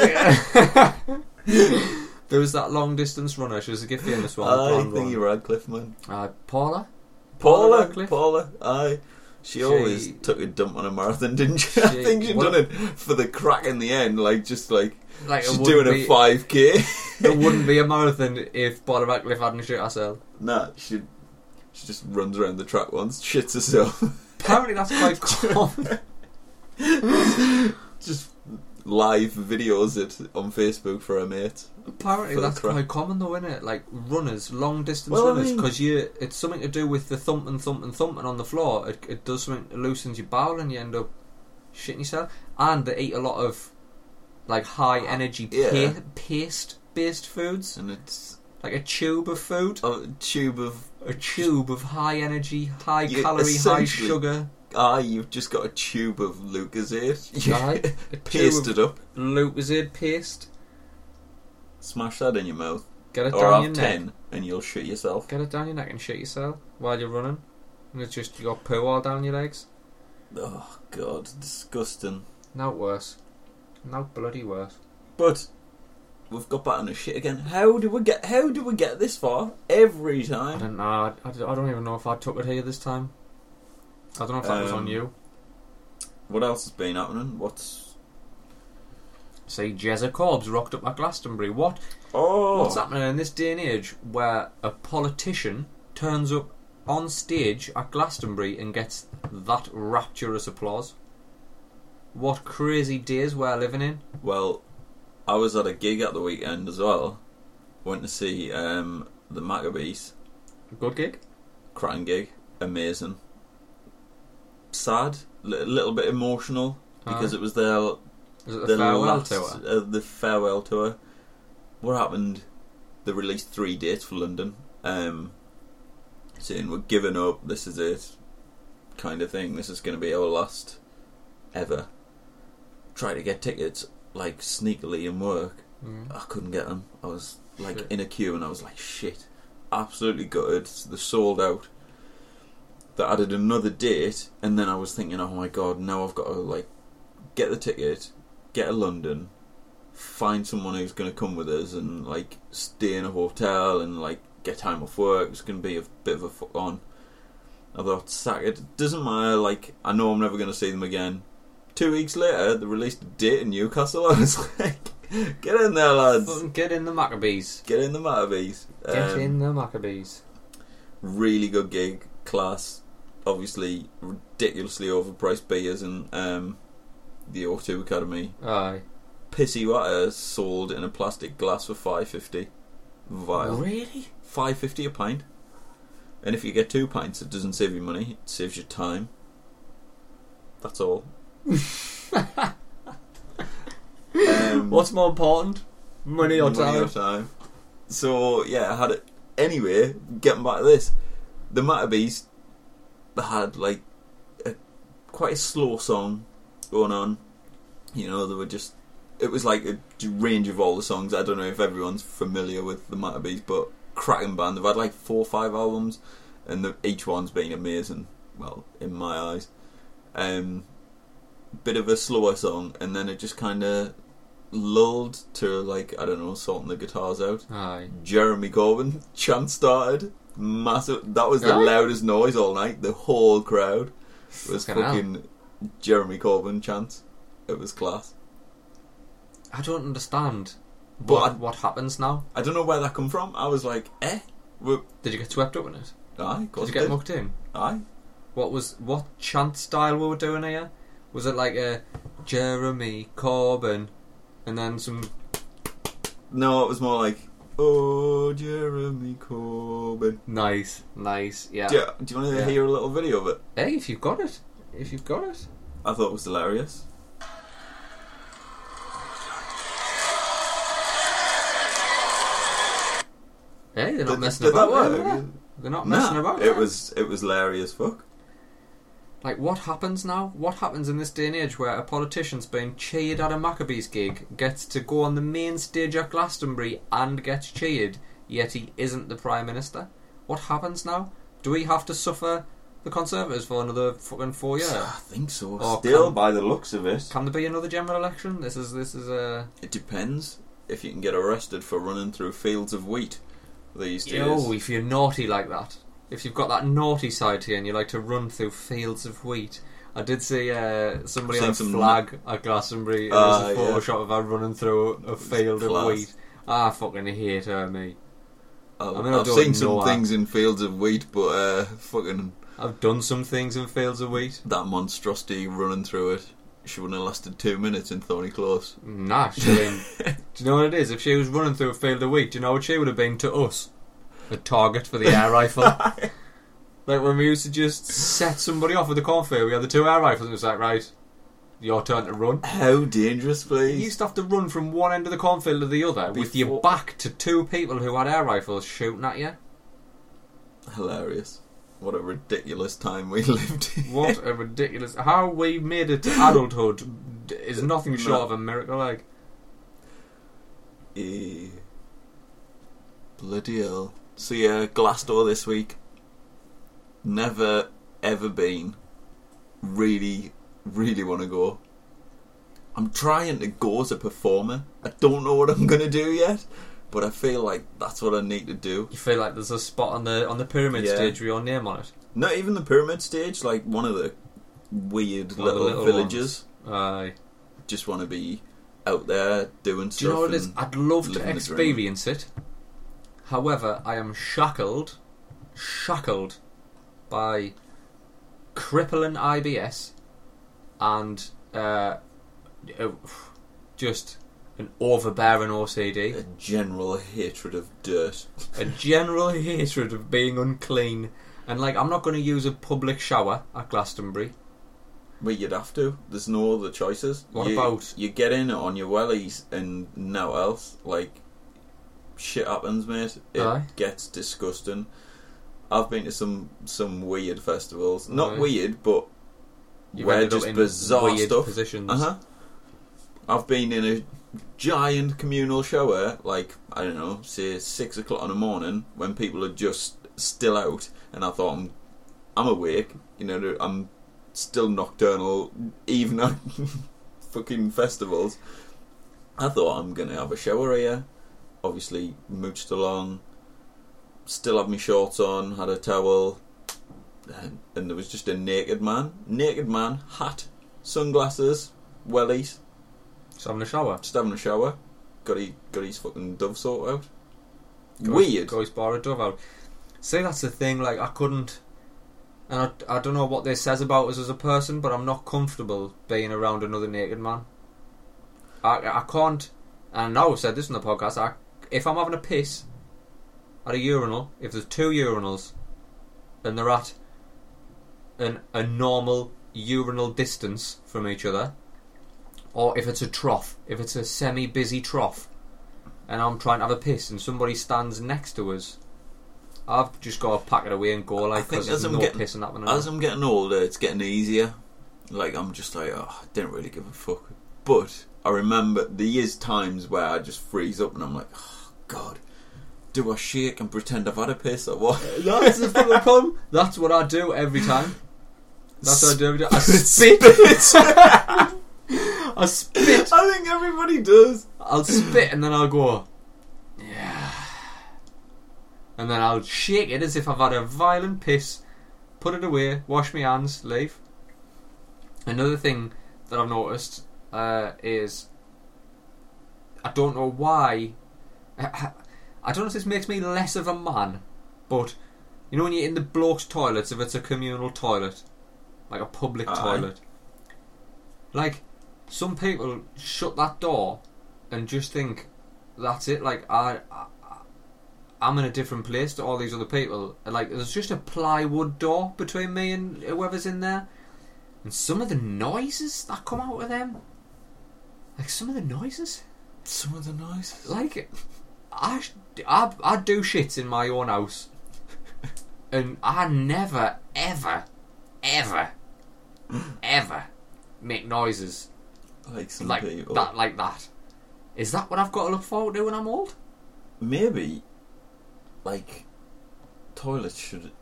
S1: there was that long distance runner. She was a gifty in this one. the
S2: Aye,
S1: blonde
S2: Thingy
S1: one.
S2: Radcliffe man.
S1: Uh, Paula. Paula
S2: Paula,
S1: Radcliffe?
S2: Paula, aye. She,
S1: She-
S2: always took a dump on a marathon, didn't she? I
S1: She-
S2: think she
S1: what-
S2: done it for the crack in the end, like just like
S1: Like
S2: she's
S1: it
S2: doing
S1: wouldn't
S2: a
S1: be,
S2: five k.
S1: It wouldn't be a marathon if Paula Radcliffe hadn't shot herself.
S2: Nah, she she just runs around the track once, shits herself,
S1: Apparently, that's quite common.
S2: just live videos it on Facebook for her mate.
S1: Apparently,
S2: For the
S1: that's
S2: cra-
S1: quite common though, isn't it? Like runners, long distance
S2: Well, I
S1: runners,
S2: mean-
S1: because you it's something to do with the thumping, thumping, thumping on the floor. It, it does something, it loosens your bowel, and you end up shitting yourself. And they eat a lot of like high energy
S2: Yeah.
S1: pa- paste based foods.
S2: And it's
S1: like a tube of food,
S2: a tube of
S1: a tube of high energy, high
S2: Yeah,
S1: calorie, high
S2: essentially.
S1: sugar,
S2: ah, you've just got a tube of Lucasade.
S1: Aye. a tube
S2: Pasted up,
S1: of Lucozade paste.
S2: smash that in your mouth.
S1: Get it
S2: or
S1: down your
S2: have
S1: neck.
S2: ten, and you'll shit yourself.
S1: Get it down your neck and shit yourself while you're running. And it's just you got poo all down your legs.
S2: Oh god, disgusting.
S1: Now worse. Now bloody worse.
S2: But we've got back on the shit again. How do we get? How do we get this far every
S1: I
S2: time?
S1: don't know. I, I don't- I don't even know if I took it here this time. I don't know if that was
S2: Um,
S1: on you.
S2: What else has been happening? What's
S1: See, Jezza Corbs rocked up at Glastonbury. What?
S2: oh?
S1: What's happening in this day and age where a politician turns up on stage at Glastonbury and gets that rapturous applause? What crazy days we're living in.
S2: Well, I was at a gig at the weekend as well. Went to see um, the Maccabees.
S1: Good gig.
S2: cracking gig, amazing. Sad, a little bit emotional because it was their
S1: Is Ah. it the,
S2: their
S1: farewell
S2: Uh, last,
S1: tour?
S2: Uh, the farewell tour. What happened? They released three dates for London, um, saying we're giving up. This is it, kind of thing. This is going to be our last ever. Try to get tickets like sneakily in work.
S1: Mm.
S2: I couldn't get them. I was like
S1: Shit.
S2: in a queue and I was like, shit, absolutely gutted. They sold out. They added another date, and then I was thinking, oh my god, now I've got to like get the ticket, get to London, find someone who's going to come with us, and like stay in a hotel and like get time off work. It's going to be a bit of a fuck on. I thought, sack it. Doesn't matter. Like I know I'm never going to see them again. Two weeks later, they released a date in Newcastle. I was like, get in there, lads.
S1: Fucking Get in the Maccabees.
S2: Get in the Maccabees.
S1: Get
S2: Um,
S1: in the Maccabees.
S2: really good gig, class. Obviously, ridiculously overpriced beers and um, the O2 Academy.
S1: Aye.
S2: Pissy water sold in a plastic glass for five fifty. Vile.
S1: Really?
S2: Five fifty a pint. And if you get two pints, it doesn't save you money. It saves you time. That's all. um,
S1: What's more important? Money or
S2: Money
S1: time?
S2: time. So yeah, I had it anyway. Getting back to this, the Matterbees had like a quite a slow song going on. You know, they were just. It was like a range of all the songs. I don't know if everyone's familiar with the Matterbees, but cracking band. They've had like four or five albums, and the, each one's been amazing. Well, in my eyes, um, bit of a slower song, and then it just kind of lulled to like I don't know, sorting the guitars out.
S1: Aye.
S2: Jeremy Corbyn chant started. Massive. That was the
S1: Really?
S2: loudest noise all night. The whole crowd was
S1: Fucking hell.
S2: fucking Jeremy Corbyn chants. It was class.
S1: I don't understand
S2: But
S1: what,
S2: I-
S1: what happens now.
S2: I don't know where that come from. I was like, eh, we
S1: Did you get swept up in it?
S2: aye, of
S1: Did
S2: course
S1: you
S2: I
S1: get
S2: did.
S1: mucked in?
S2: aye.
S1: What was what chant style we were doing here? Was it like a Jeremy Corbyn and then some
S2: No, it was more like, oh, Jeremy Corbyn.
S1: nice, nice, yeah.
S2: Do you, do you want to
S1: Yeah.
S2: hear a little video of it?
S1: Hey, if you've got it, if you've got it,
S2: I thought it was hilarious.
S1: hey, they're
S2: Did-
S1: not messing
S2: did that
S1: about. are
S2: work?
S1: they? They're not messing
S2: Nah,
S1: about.
S2: It
S1: are they?
S2: was it was hilarious. Fuck.
S1: Like, what happens now? What happens in this day and age where a politician's been cheered at a Maccabees gig, gets to go on the main stage at Glastonbury and gets cheered, yet he isn't the Prime Minister? What happens now? Do we have to suffer the Conservatives for another fucking
S2: Oh,
S1: four years?
S2: I think so.
S1: Oh,
S2: Still,
S1: come-
S2: by the looks of it,
S1: Can there be another general election? This is this is a
S2: it depends if you can get arrested for running through fields of wheat these days.
S1: oh, if you're naughty like that, if you've got that naughty side here and you like to run through fields of wheat. I did see uh, somebody
S2: Seen
S1: on a
S2: some-
S1: flag at Glastonbury. It was a
S2: Ah, yeah.
S1: photoshop of her running through a field of
S2: class.
S1: wheat. Ah, fucking hate her, me.
S2: I've,
S1: I mean, I
S2: Oh, I've
S1: don't
S2: seen some
S1: know, uh,
S2: things in fields of wheat, but uh, fucking
S1: I've done some things in fields of wheat.
S2: that monstrosity running through it. She wouldn't have lasted two minutes in Thorny Close.
S1: Nah, she been. do you know what it is? If she was running through a field of wheat, do you know what she would have been to us? A target for the air rifle. Like when we used to just set somebody off with a cornfield, we had the two air rifles, and it was like, right, your turn to run.
S2: How dangerous,
S1: You
S2: please!
S1: used to have to run from one end of the cornfield to the other with your
S2: Before-
S1: back to two people who had air rifles shooting at you.
S2: Hilarious. What a ridiculous time we lived in.
S1: What a ridiculous. How we made it to adulthood d- is nothing short of a miracle, like.
S2: Eh. Bloody hell. So yeah, Glassdoor this week. Never ever been. Really, really want to go. I'm trying to go as a performer. I don't know what I'm gonna do yet, but I feel like that's what I need to do.
S1: You feel like there's a spot on the on the pyramid
S2: Yeah.
S1: stage with your name on it.
S2: Not even the pyramid stage, like one of the weird
S1: One of the
S2: little,
S1: little
S2: villages.
S1: Aye.
S2: Just want to be out there doing stuff.
S1: Do you know what it is?
S2: and-
S1: I'd love to
S2: living the dream.
S1: experience it. However, I am shackled, shackled by crippling IBS and uh, uh, just an overbearing
S2: a
S1: OCD,
S2: general hatred of dirt.
S1: a general hatred of being unclean. And like, I'm not going to use a public shower at Glastonbury.
S2: But you'd have to. There's no other choices.
S1: What
S2: you,
S1: about-
S2: you get in on your wellies and no else? Like shit happens, mate. It
S1: Aye.
S2: gets disgusting. I've been to some some weird festivals. Not
S1: Aye.
S2: weird, but
S1: You've
S2: where
S1: ended up
S2: just
S1: in
S2: bizarre
S1: weird
S2: stuff.
S1: Positions.
S2: Uh huh. I've been in a giant communal shower, like I don't know, say six o'clock in the morning when people are just still out, and I thought I'm, I'm awake. You know, I'm still nocturnal, even at fucking festivals. I thought I'm gonna have a shower here. Obviously, mooched along. Still had my shorts on, had a towel, and, and there was just a naked man. Naked man, hat, sunglasses, wellies,
S1: So I'm in a shower.
S2: just having a shower. Got he got his fucking dove sort out.
S1: Go-
S2: Weird.
S1: Go bar a dove out. See, that's the thing. Like, I couldn't, and I, I don't know what this says about us as a person, but I'm not comfortable being around another naked man. I I can't. And I know I've said this in the podcast. I, if I'm having a piss at a urinal, if there's two urinals, and they're at an a normal urinal distance from each other, or if it's a trough, if it's a semi-busy trough, and I'm trying to have a piss, and somebody stands next to us, I've just got to pack it away and go
S2: I
S1: like
S2: think
S1: because
S2: as
S1: there's
S2: I'm
S1: no
S2: getting-
S1: pissing happening.
S2: As I'm getting older, it's getting easier. Like I'm just like, oh, I didn't really give a fuck. But I remember there is times where I just freeze up and I'm like, oh god, do I shake and pretend I've had a piss or what?
S1: That's the fucking problem. That's what I do every time. That's what I do. Every time. I spit.
S2: Spit.
S1: I spit.
S2: I think everybody does.
S1: I'll spit, and then I'll go. Yeah. And then I'll shake it as if I've had a violent piss. Put it away. Wash my hands. Leave. Another thing that I've noticed uh, is I don't know why. I don't know if this makes me less of a man, but you know when you're in the bloke's toilets, if it's a communal toilet, like a public
S2: Aye.
S1: toilet, like some people shut that door and just think that's it. Like I, I I'm in a different place to all these other people. Like there's just a plywood door between me and whoever's in there, and some of the noises that come out of them, like some of the noises,
S2: Some of the noises.
S1: like I, sh- I, I do shit in my own house, and I never, ever, ever, ever make noises
S2: Like some
S1: like
S2: people.
S1: that. Like that. Is that what I've got to look forward to when I'm old?
S2: maybe like toilets should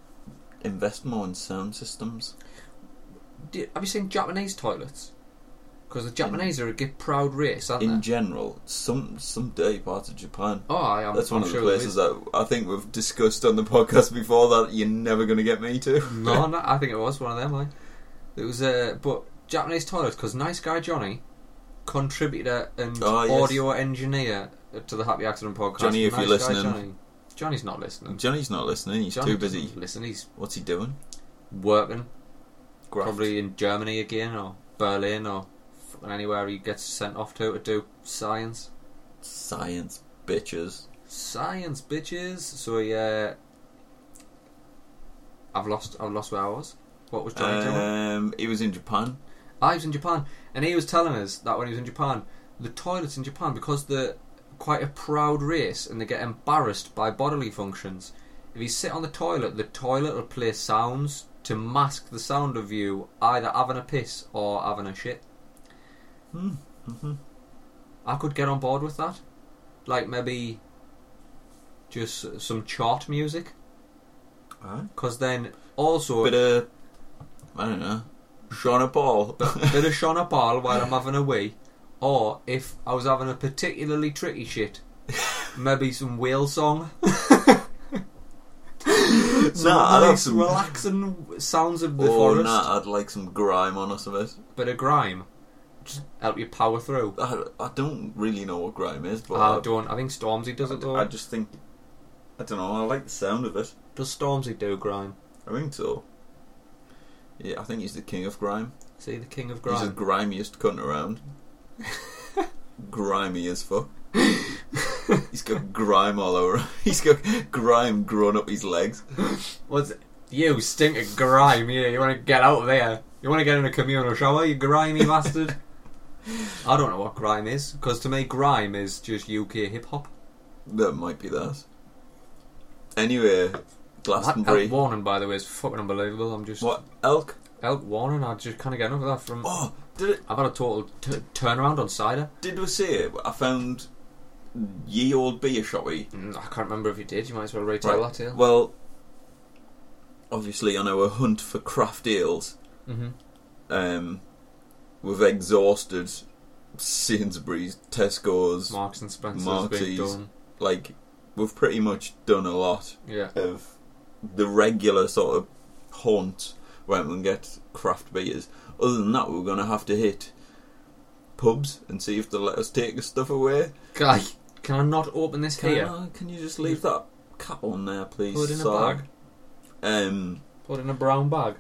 S2: invest more in sound systems.
S1: Do, have you seen Japanese toilets? Because the Japanese are a get proud race, aren't
S2: In
S1: they?
S2: general, some some dirty parts of Japan.
S1: Oh, I am.
S2: That's
S1: I'm
S2: one of the
S1: sure there
S2: places
S1: is.
S2: that I think we've discussed on the podcast before that you're never going to get me to.
S1: No, no, I think it was one of them. I. It was, uh, but Japanese toilets because Nice Guy Johnny, contributor and
S2: Oh, yes.
S1: audio engineer to the Happy Accident podcast.
S2: Johnny, if
S1: Nice
S2: you're
S1: Guy
S2: listening.
S1: Johnny. Johnny's not listening.
S2: Johnny's not listening. He's
S1: Johnny
S2: too busy.
S1: doesn't Listen, he's
S2: What's he doing?
S1: working
S2: Graft.
S1: probably in Germany again or Berlin or fucking anywhere he gets sent off to to do science.
S2: science bitches.
S1: Science, bitches. So yeah, I've lost. I've lost where I was. What was Johnny doing?
S2: Um, he was in Japan.
S1: I was in Japan, and he was telling us that when he was in Japan, the toilets in Japan, because they're quite a proud race and they get embarrassed by bodily functions, if you sit on the toilet, the toilet will play sounds to mask the sound of you either having a piss or having a shit.
S2: Hmm. mhm.
S1: I could get on board with that. Like maybe just some chart music.
S2: Alright.
S1: Because then also
S2: Bit of, I don't know, Shauna Paul.
S1: bit of Shauna Paul while I'm having a wee, or if I was having a particularly tricky shit, maybe some whale song. some
S2: Nah, I'd have
S1: nice
S2: some-
S1: relaxing sounds of the
S2: or
S1: forest,
S2: nah, I'd like some grime on us of it.
S1: bit of grime, just help you power through.
S2: I, I don't really know what grime is, but
S1: I
S2: I,
S1: Ah, don't. I think Stormzy does it though.
S2: I just think I don't know. I like the sound of it.
S1: Does Stormzy do grime?
S2: I think so. Yeah, I think he's the king of grime.
S1: Is he the king of
S2: He's the
S1: grime?
S2: grimiest cunt around. Grimy as fuck. he's got grime all over. him. He's got grime growing up his legs.
S1: What's you stink of grime? Yeah, you want to get out of there? You want to get in a communal shower? You grimy bastard! I don't know what grime is because to me grime is just UK hip hop.
S2: That might be that. Anyway,
S1: That Elk
S2: Glastonbury. What,
S1: Warning, by the way, is fucking unbelievable. I'm just
S2: elk?
S1: Elk Warning. I just can't get enough of that. From
S2: Oh, did it,
S1: I've had a total t- turnaround on cider.
S2: did we say it? I found ye old beer shoppy.
S1: Mm, I can't remember if you did. You might as well retell
S2: Right.
S1: that tale.
S2: Well, obviously on our hunt for craft ales,
S1: mm-hmm.
S2: um, we've exhausted Sainsbury's, Tesco's.
S1: Marks and Spencer's being
S2: Marty's.
S1: done.
S2: Like we've pretty much done a lot
S1: Yeah,
S2: of the regular sort of haunt where we can get craft beers. Other than that, we're going to have to hit pubs and see if they'll let us take the stuff away.
S1: guy, can I not open this
S2: Can,
S1: here?
S2: I- can you just leave that cap on there, please?
S1: Put it in a
S2: Sarge?
S1: bag.
S2: Um,
S1: Put it in a brown bag.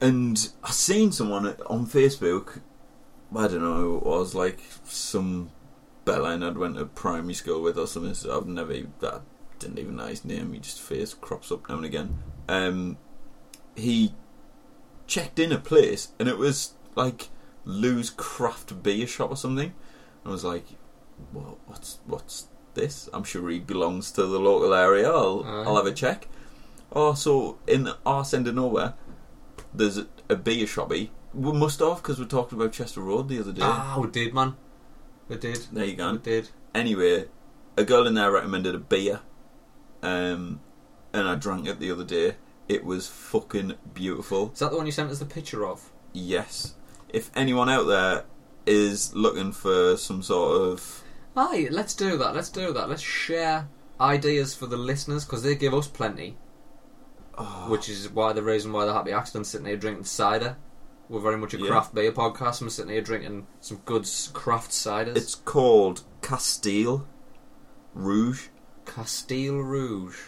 S2: And I seen someone on Facebook. I don't know who it was, like some bellend I'd went to primary school with or something. So I've never, e- I didn't even know his name. He just face crops up now and again. Um, he checked in a place, and it was like Lou's Craft Beer Shop or something. I was like, well, what's what's this? I'm sure he belongs to the local area. I'll,
S1: Aye.
S2: I'll have a check. Oh, so in our end of nowhere, there's a, a beer shoppy. We must have because we talked about Chester Road the other day.
S1: Ah, we did, man. We did.
S2: There you
S1: We
S2: go.
S1: did.
S2: Anyway, a girl in there recommended a beer, um, and I drank it the other day. It was fucking beautiful.
S1: Is that the one you sent us the picture of?
S2: Yes. If anyone out there is looking for some sort of
S1: Aye, let's do that. Let's do that. Let's share ideas for the listeners because they give us plenty.
S2: oh,
S1: which is why the reason why the happy accident sitting here drinking cider. We're very much a
S2: Yeah.
S1: craft beer podcast. and We're sitting here drinking some good s- craft ciders.
S2: It's called Castile Rouge.
S1: Castile Rouge.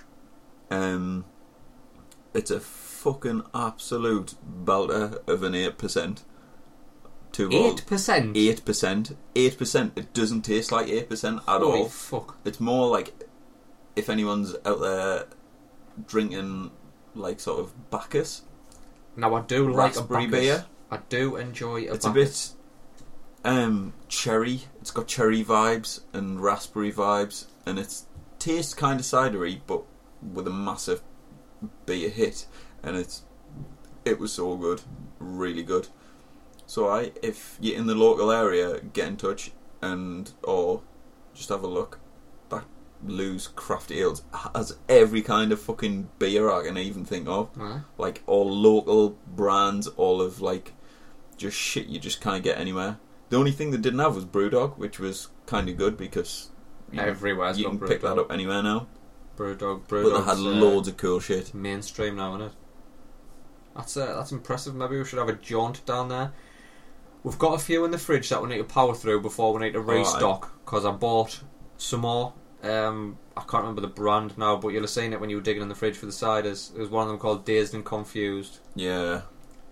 S2: Um, it's a fucking absolute belter of an eight percent. Two
S1: Eight percent.
S2: Eight percent. Eight percent. It doesn't taste like eight percent at
S1: Holy
S2: all.
S1: Oh, fuck!
S2: It's more like if anyone's out there drinking like sort of Bacchus
S1: Now I do like a
S2: raspberry
S1: Bacchus.
S2: beer.
S1: I do enjoy a
S2: It's
S1: Bacchus.
S2: a bit um cherry. It's got cherry vibes and raspberry vibes, and it's tastes kind of cidery, but with a massive beer hit, and it's it was so good, really good. So I, if you're in the local area, get in touch and or just have a look. That Lou's Craft Ales has every kind of fucking beer I can even think of
S1: Aye.
S2: like all local brands, all of like just shit you just can't get anywhere. The only thing they didn't have was Brewdog, which was kind of good because you,
S1: Everywhere's
S2: you
S1: got
S2: can pick that
S1: Brewdog.
S2: up anywhere now.
S1: Brewdog.
S2: but they
S1: Brewdog's,
S2: had
S1: uh,
S2: loads of cool shit.
S1: mainstream now, isn't it? That's uh, that's impressive. Maybe we should have a jaunt down there. We've got a few in the fridge that we need to power through before we need to
S2: right.
S1: restock because I bought some more. Um, I can't remember the brand now, but you'll have seen it when you were digging in the fridge for the ciders. It was one of them called Dazed and Confused.
S2: Yeah,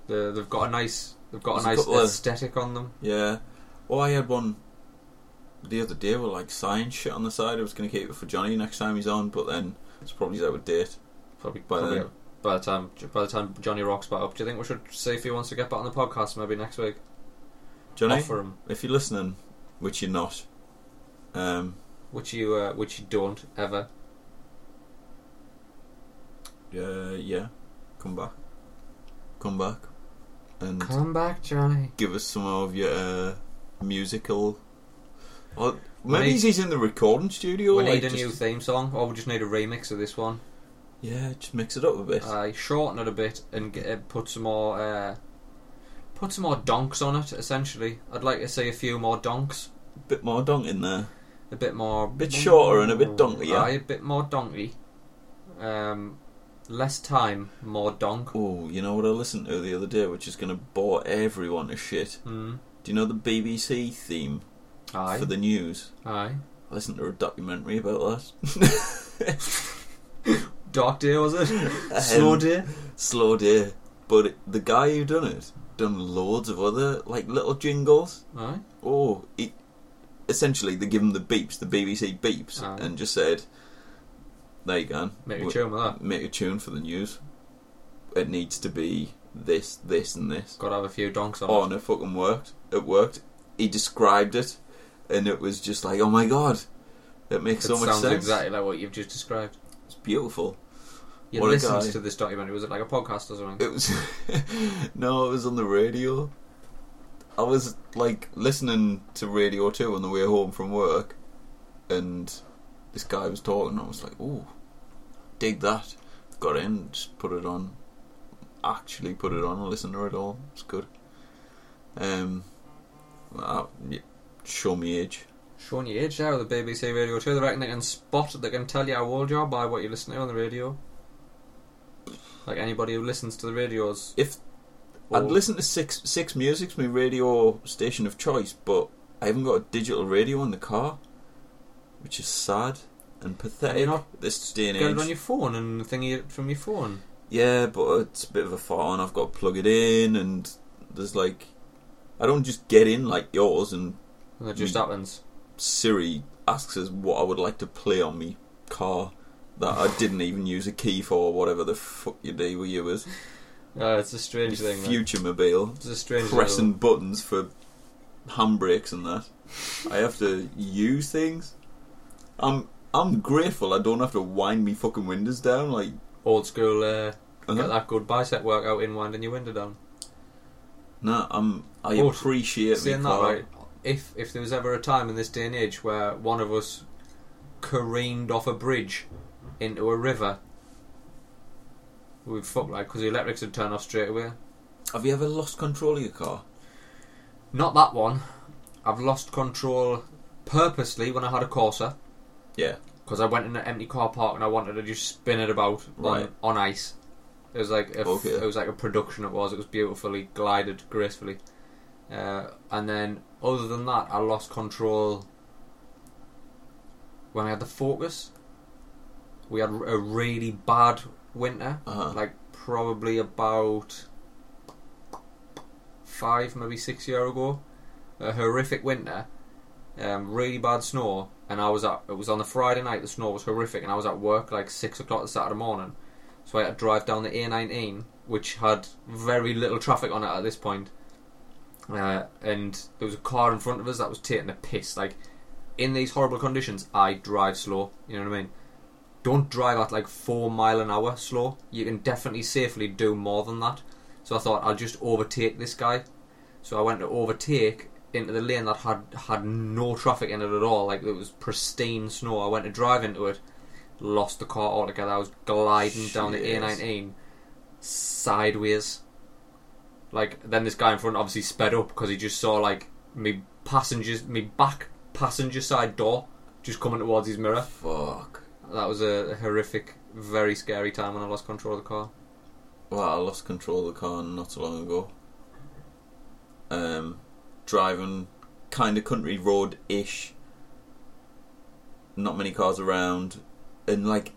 S1: The, they've got a nice they've got
S2: There's
S1: a
S2: a
S1: nice
S2: couple of-
S1: aesthetic on them.
S2: yeah. Oh, I had one the other day with like science shit on the side. I was gonna keep it for Johnny next time he's on, but then it's probably out of date.
S1: Probably
S2: By
S1: probably
S2: then.
S1: by the time by the time Johnny rocks back up. Do you think we should see if he wants to get back on the podcast maybe next week?
S2: Johnny,
S1: Offer him.
S2: if you're listening, which you're not, um,
S1: Which you uh, which you don't ever.
S2: uh, yeah, come back, come back, and
S1: Come back, Johnny.
S2: give us some of your uh, musical. Well, Maybe
S1: need-
S2: he's in the recording studio.
S1: we
S2: like,
S1: need a
S2: just-
S1: new theme song, or we just need a remix of this one.
S2: Yeah, just mix it up a bit.
S1: Uh, shorten it a bit and get, uh, put some more uh, put some more donks on it. Essentially, I'd like to see a few more donks,
S2: bit more dunk in there.
S1: a bit more,
S2: Bit shorter and a bit donkier.
S1: Aye, a bit more donkey. Um, less time, more donk.
S2: Oh, you know what I listened to the other day, which is going to bore everyone to shit.
S1: Mm.
S2: Do you know the BBC theme
S1: Aye,
S2: for the news?
S1: aye.
S2: I listened to a documentary about
S1: Dark day was it?
S2: that.
S1: Slow
S2: Um,
S1: day.
S2: slow day. But it, the guy who done it done loads of other like little jingles.
S1: Aye.
S2: Oh, he, essentially they give him the beeps, the BBC beeps,
S1: Aye.
S2: and just said, "There you
S1: Ah.
S2: go,
S1: Make a
S2: Wh-
S1: tune with that.
S2: make a tune for the news. It needs to be this, this, and this."
S1: Got to have a few donks on.
S2: Oh,
S1: it.
S2: and it fucking worked. It worked. He described it, and it was just like, "Oh my god, it makes so
S1: it
S2: much
S1: sounds
S2: sense."
S1: exactly like what you've just described.
S2: It's beautiful.
S1: You
S2: What a guy.
S1: listened to this documentary. Was it like a podcast or something?
S2: It was no, it was on the radio. I was like listening to Radio Two on the way home from work, and this guy was talking. I was like, "Oh, dig that!" Got in, just put it on. Actually, put it on and listened to it all. It's good. Um, uh, y- show me age.
S1: Showing your age there with the BBC Radio 2. They reckon they can spot, they can tell you how old you are by what you listen to on the radio. Like anybody who listens to the radios.
S2: If I'd
S1: old.
S2: listen to six six music's my radio station of choice, but I haven't got a digital radio in the car, which is sad and pathetic.
S1: You're not
S2: this day and
S1: Get it on
S2: age.
S1: your phone and thing it from your phone.
S2: Yeah, but it's a bit of a far on. I've got to plug it in, and there's like, I don't just get in like yours, and
S1: And that just
S2: Mm.
S1: happens.
S2: Siri asks us what I would like to play on me car that I didn't even use a key for, whatever the fuck you do with you is.
S1: Uh, it's a strange thing. man.
S2: Future mobile.
S1: It's a strange
S2: pressing
S1: little-
S2: buttons for handbrakes and that. I have to use things. I'm I'm grateful I don't have to wind me fucking windows down like
S1: Old school, uh, get
S2: uh
S1: that good bicep workout in winding your window down.
S2: No, I'm I
S1: Oh,
S2: appreciate me
S1: Saying that,
S2: car.
S1: right? If, if there was ever a time in this day and age where one of us careened off a bridge into a river, we'd fuck like, because the electrics would turn off straight away.
S2: Have you ever lost control of your car?
S1: Not that one. I've lost control purposely when I had a Corsa
S2: Yeah.
S1: because I went in an empty car park and I wanted to just spin it about
S2: Right.
S1: on, on ice. It was like a f-
S2: Okay.
S1: it was like a production. It was. It was beautifully glided gracefully. Uh, and then other than that, I lost control when I had the Focus. We had a really bad winter
S2: Uh-huh.
S1: like probably about five, maybe six year ago. A horrific winter, um, really bad snow, and I was at. It was on the Friday night. The snow was horrific, and I was at work like six o'clock the Saturday morning. So I had to drive down the A19, which had very little traffic on it at this point. Uh, and there was a car in front of us that was taking a piss. Like in these horrible conditions, I drive slow. You know what I mean? don't drive at like four mile an hour slow. You can definitely safely do more than that. So I thought I'll just overtake this guy. So I went to overtake into the lane that had had no traffic in it at all. Like it was pristine snow. I went to drive into it, lost the car altogether. I was gliding down the
S2: Shit.
S1: A19 sideways. Like then this guy in front obviously sped up because he just saw like me passengers, me back passenger side door just coming towards his mirror.
S2: Fuck.
S1: That was a horrific, very scary time when I lost control of the car.
S2: Well, I lost control of the car not so long ago. Um, driving kind of country road ish. Not many cars around, and like,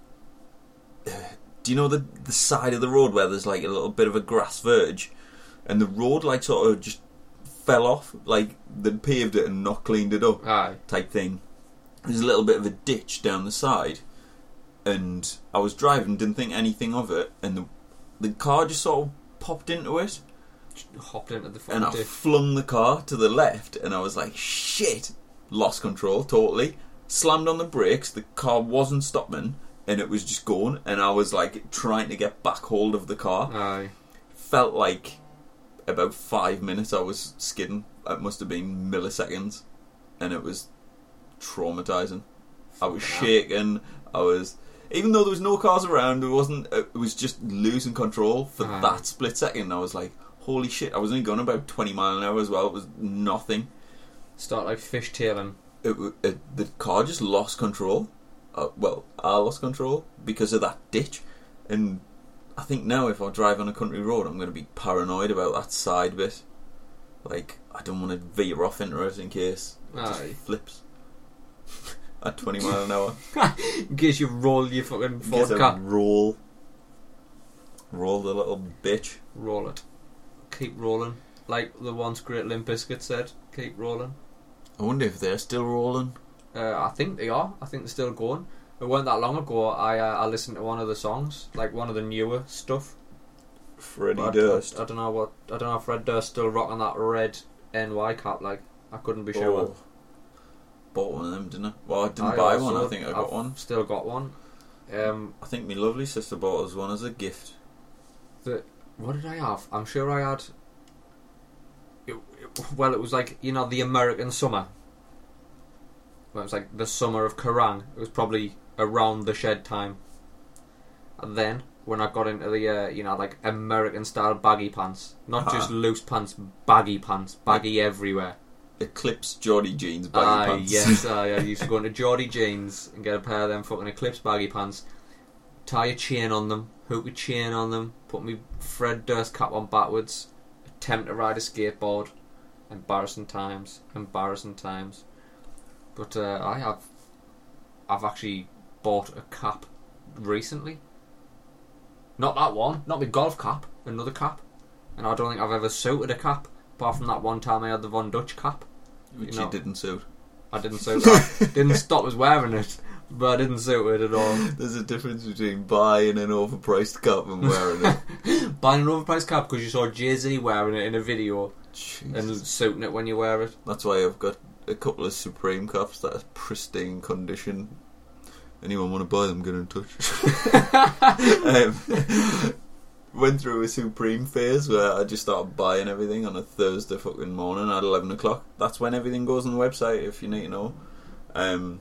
S2: do you know the the side of the road where there's like a little bit of a grass verge, and the road like sort of just fell off, like they paved it and not cleaned it up
S1: Aye.
S2: type thing. There's a little bit of a ditch down the side, and I was driving, didn't think anything of it, and the the car just sort of popped into it,
S1: Just hopped into the fucking
S2: and I
S1: ditch.
S2: flung the car to the left, and I was like, shit, lost control totally. Slammed on the brakes, the car wasn't stopping, and it was just going, and I was like trying to get back hold of the car
S1: Aye.
S2: felt like about five minutes I was skidding. It must have been milliseconds, and it was traumatizing. I was shaking. I was, even though there was no cars around, it wasn't. It was just losing control for
S1: Aye.
S2: that split second. I was like, "Holy shit!" I was only going about twenty mile an hour as well. It was nothing.
S1: Start like fishtailing.
S2: It, w- it, the car just lost control. Uh, well, I lost control because of that ditch, and I think now if I drive on a country road, I'm going to be paranoid about that side bit. Like, I don't want to veer off into it in case it just
S1: Aye.
S2: flips at twenty mile an hour.
S1: In case you roll your fucking Ford
S2: Gives a
S1: car.
S2: roll. Roll the little bitch.
S1: Roll it. Keep rolling. Like the once great Limp Bizkit said, keep rolling.
S2: I wonder if they're still rolling.
S1: Uh, I think they are. I think they're still going. It wasn't that long ago I uh, I listened to one of the songs, like one of the newer stuff.
S2: Freddie
S1: But I-
S2: Durst.
S1: I, don't know what I don't know if Fred Durst's still rocking that red NY cap. Like I couldn't be sure.
S2: Oh. Bought one of them, didn't I? Well, I didn't
S1: I
S2: buy
S1: also-
S2: one. I think I got
S1: I've
S2: one.
S1: Still got one. Um,
S2: I think my lovely sister bought us one as a gift.
S1: what did I have? I'm sure I had. It, it- well, it was like you know the American summer. Well, it was like the summer of Kerrang. It was probably around the shed time. And then when I got into the uh, you know like American style baggy pants, not just
S2: Uh-huh.
S1: loose pants, baggy pants, baggy everywhere.
S2: Eclipse Geordie jeans baggy
S1: Aye, Ah,
S2: pants.
S1: yes, aye, I used to go into Geordie jeans and get a pair of them fucking Eclipse baggy pants, tie a chain on them, hook a chain on them, put me Fred Durst cap on backwards, attempt to ride a skateboard. Embarrassing times, embarrassing times. But uh, I have, I've actually bought a cap recently. Not that one, not my golf cap, another cap. And I don't think I've ever suited a cap, apart from that one time I had the Von Dutch cap.
S2: which
S1: you know.
S2: you didn't suit.
S1: I didn't suit that. didn't stop us wearing it, but I didn't suit it at all.
S2: There's a difference between buying an overpriced cup and wearing it.
S1: Buying an overpriced cap because you saw Jay Z wearing it in a video and
S2: Jesus.
S1: suiting it when you wear it.
S2: That's why I've got a couple of Supreme cups that are pristine condition. Anyone want to buy them? Get in touch. um, went through a Supreme phase where I just started buying everything on a Thursday fucking morning at eleven o'clock. That's when everything goes on the website. If you need to know, um,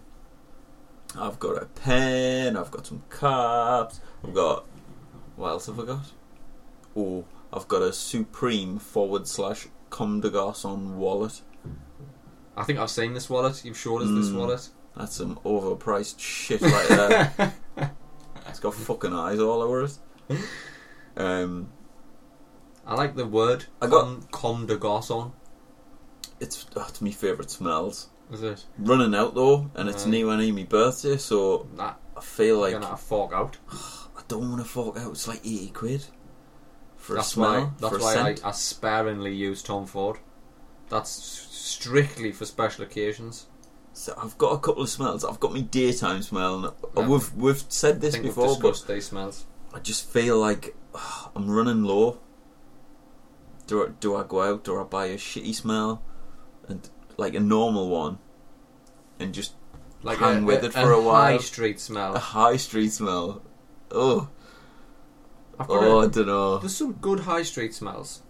S2: I've got a pen. I've got some caps. I've got what else have I got? Oh, I've got a Supreme forward slash Comme des Garçons wallet.
S1: I think I've seen this wallet. You've showed us this
S2: Mm.
S1: wallet.
S2: That's some overpriced shit right there. it's got fucking eyes all over it. Um,
S1: I like the word
S2: I got-
S1: com, com de garçon.
S2: it's oh, it's my favourite smells.
S1: Is it?
S2: Running out though, and it's
S1: Aye.
S2: near near my birthday, so
S1: That
S2: I feel
S1: like,
S2: like
S1: gonna have fork out.
S2: I don't want to fork out. It's like eighty quid for a
S1: That's
S2: smell.
S1: why.
S2: for
S1: That's
S2: a
S1: why I,
S2: scent.
S1: I sparingly use Tom Ford. That's s- strictly for special occasions.
S2: So I've got a couple of smells. I've got my daytime smell. And
S1: Yeah.
S2: We've we've said
S1: I
S2: this
S1: think
S2: before,
S1: we've
S2: but
S1: discussed these smells.
S2: I just feel like ugh, I'm running low. Do I, do I go out? Do I buy a shitty smell, and like a normal one, and just
S1: Like
S2: Hang
S1: a,
S2: with
S1: a,
S2: it for a
S1: high
S2: while.
S1: street
S2: a
S1: smell.
S2: high street smell? Oh,
S1: I've got
S2: oh,
S1: a-
S2: I don't know.
S1: There's some good high street smells.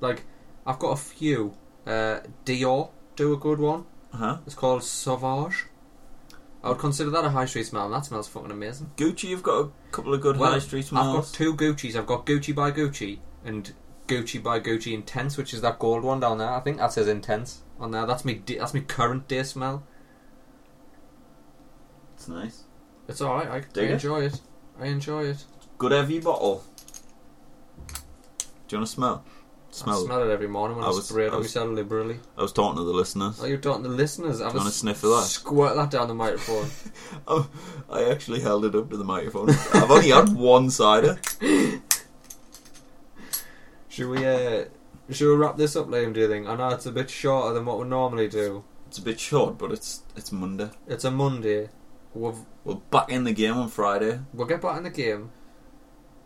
S1: Like, I've got a few. Uh, Dior do a good one.
S2: Huh?
S1: It's called Sauvage. I would consider that a high street smell, and that smells fucking amazing.
S2: Gucci, you've got a couple of good
S1: Well,
S2: high street
S1: I've got
S2: smells.
S1: two Gucci's. I've got Gucci by Gucci and Gucci by Gucci Intense, which is that gold one down there. I think that says Intense on there. That's me. Di- that's me current day smell.
S2: It's nice.
S1: It's all right. I,
S2: Do
S1: I
S2: you?
S1: enjoy it. I enjoy it.
S2: Good heavy bottle. Do you want to smell?
S1: I
S2: Smell.
S1: smell it every morning when
S2: I
S1: I,
S2: was-
S1: spray it
S2: I
S1: on
S2: was-
S1: myself liberally.
S2: I was talking to the listeners.
S1: Oh, you're talking to the listeners. I
S2: you wanna
S1: was
S2: sniff of that?
S1: Squirt that down the microphone.
S2: Oh, I actually held it up to the microphone. I've only had one cider.
S1: Should we uh should we wrap this up, Liam, do you think? I know it's a bit shorter than what we normally do.
S2: It's a bit short, but it's it's Monday.
S1: It's a Monday. We've,
S2: We're back in the game on Friday,
S1: we'll get back in the game.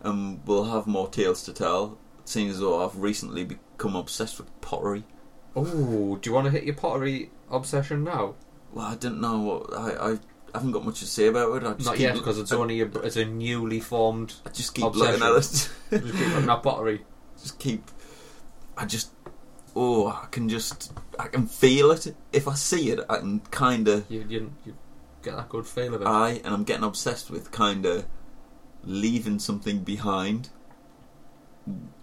S2: and we'll have more tales to tell. Seeing as though I've recently become obsessed with pottery.
S1: Oh, do you want to hit your pottery obsession now?
S2: Well, I didn't know what I, I haven't got much to say about it. I just
S1: Not
S2: keep
S1: yet,
S2: look-
S1: because it's
S2: I,
S1: only a, it's a newly formed.
S2: I just keep
S1: obsession.
S2: looking at it.
S1: Just keep looking at pottery.
S2: just keep. I just. Oh, I can just I can feel it. If I see it, I can kind of
S1: You, you, you get that good feel of it.
S2: I and I'm getting obsessed with kind of leaving something behind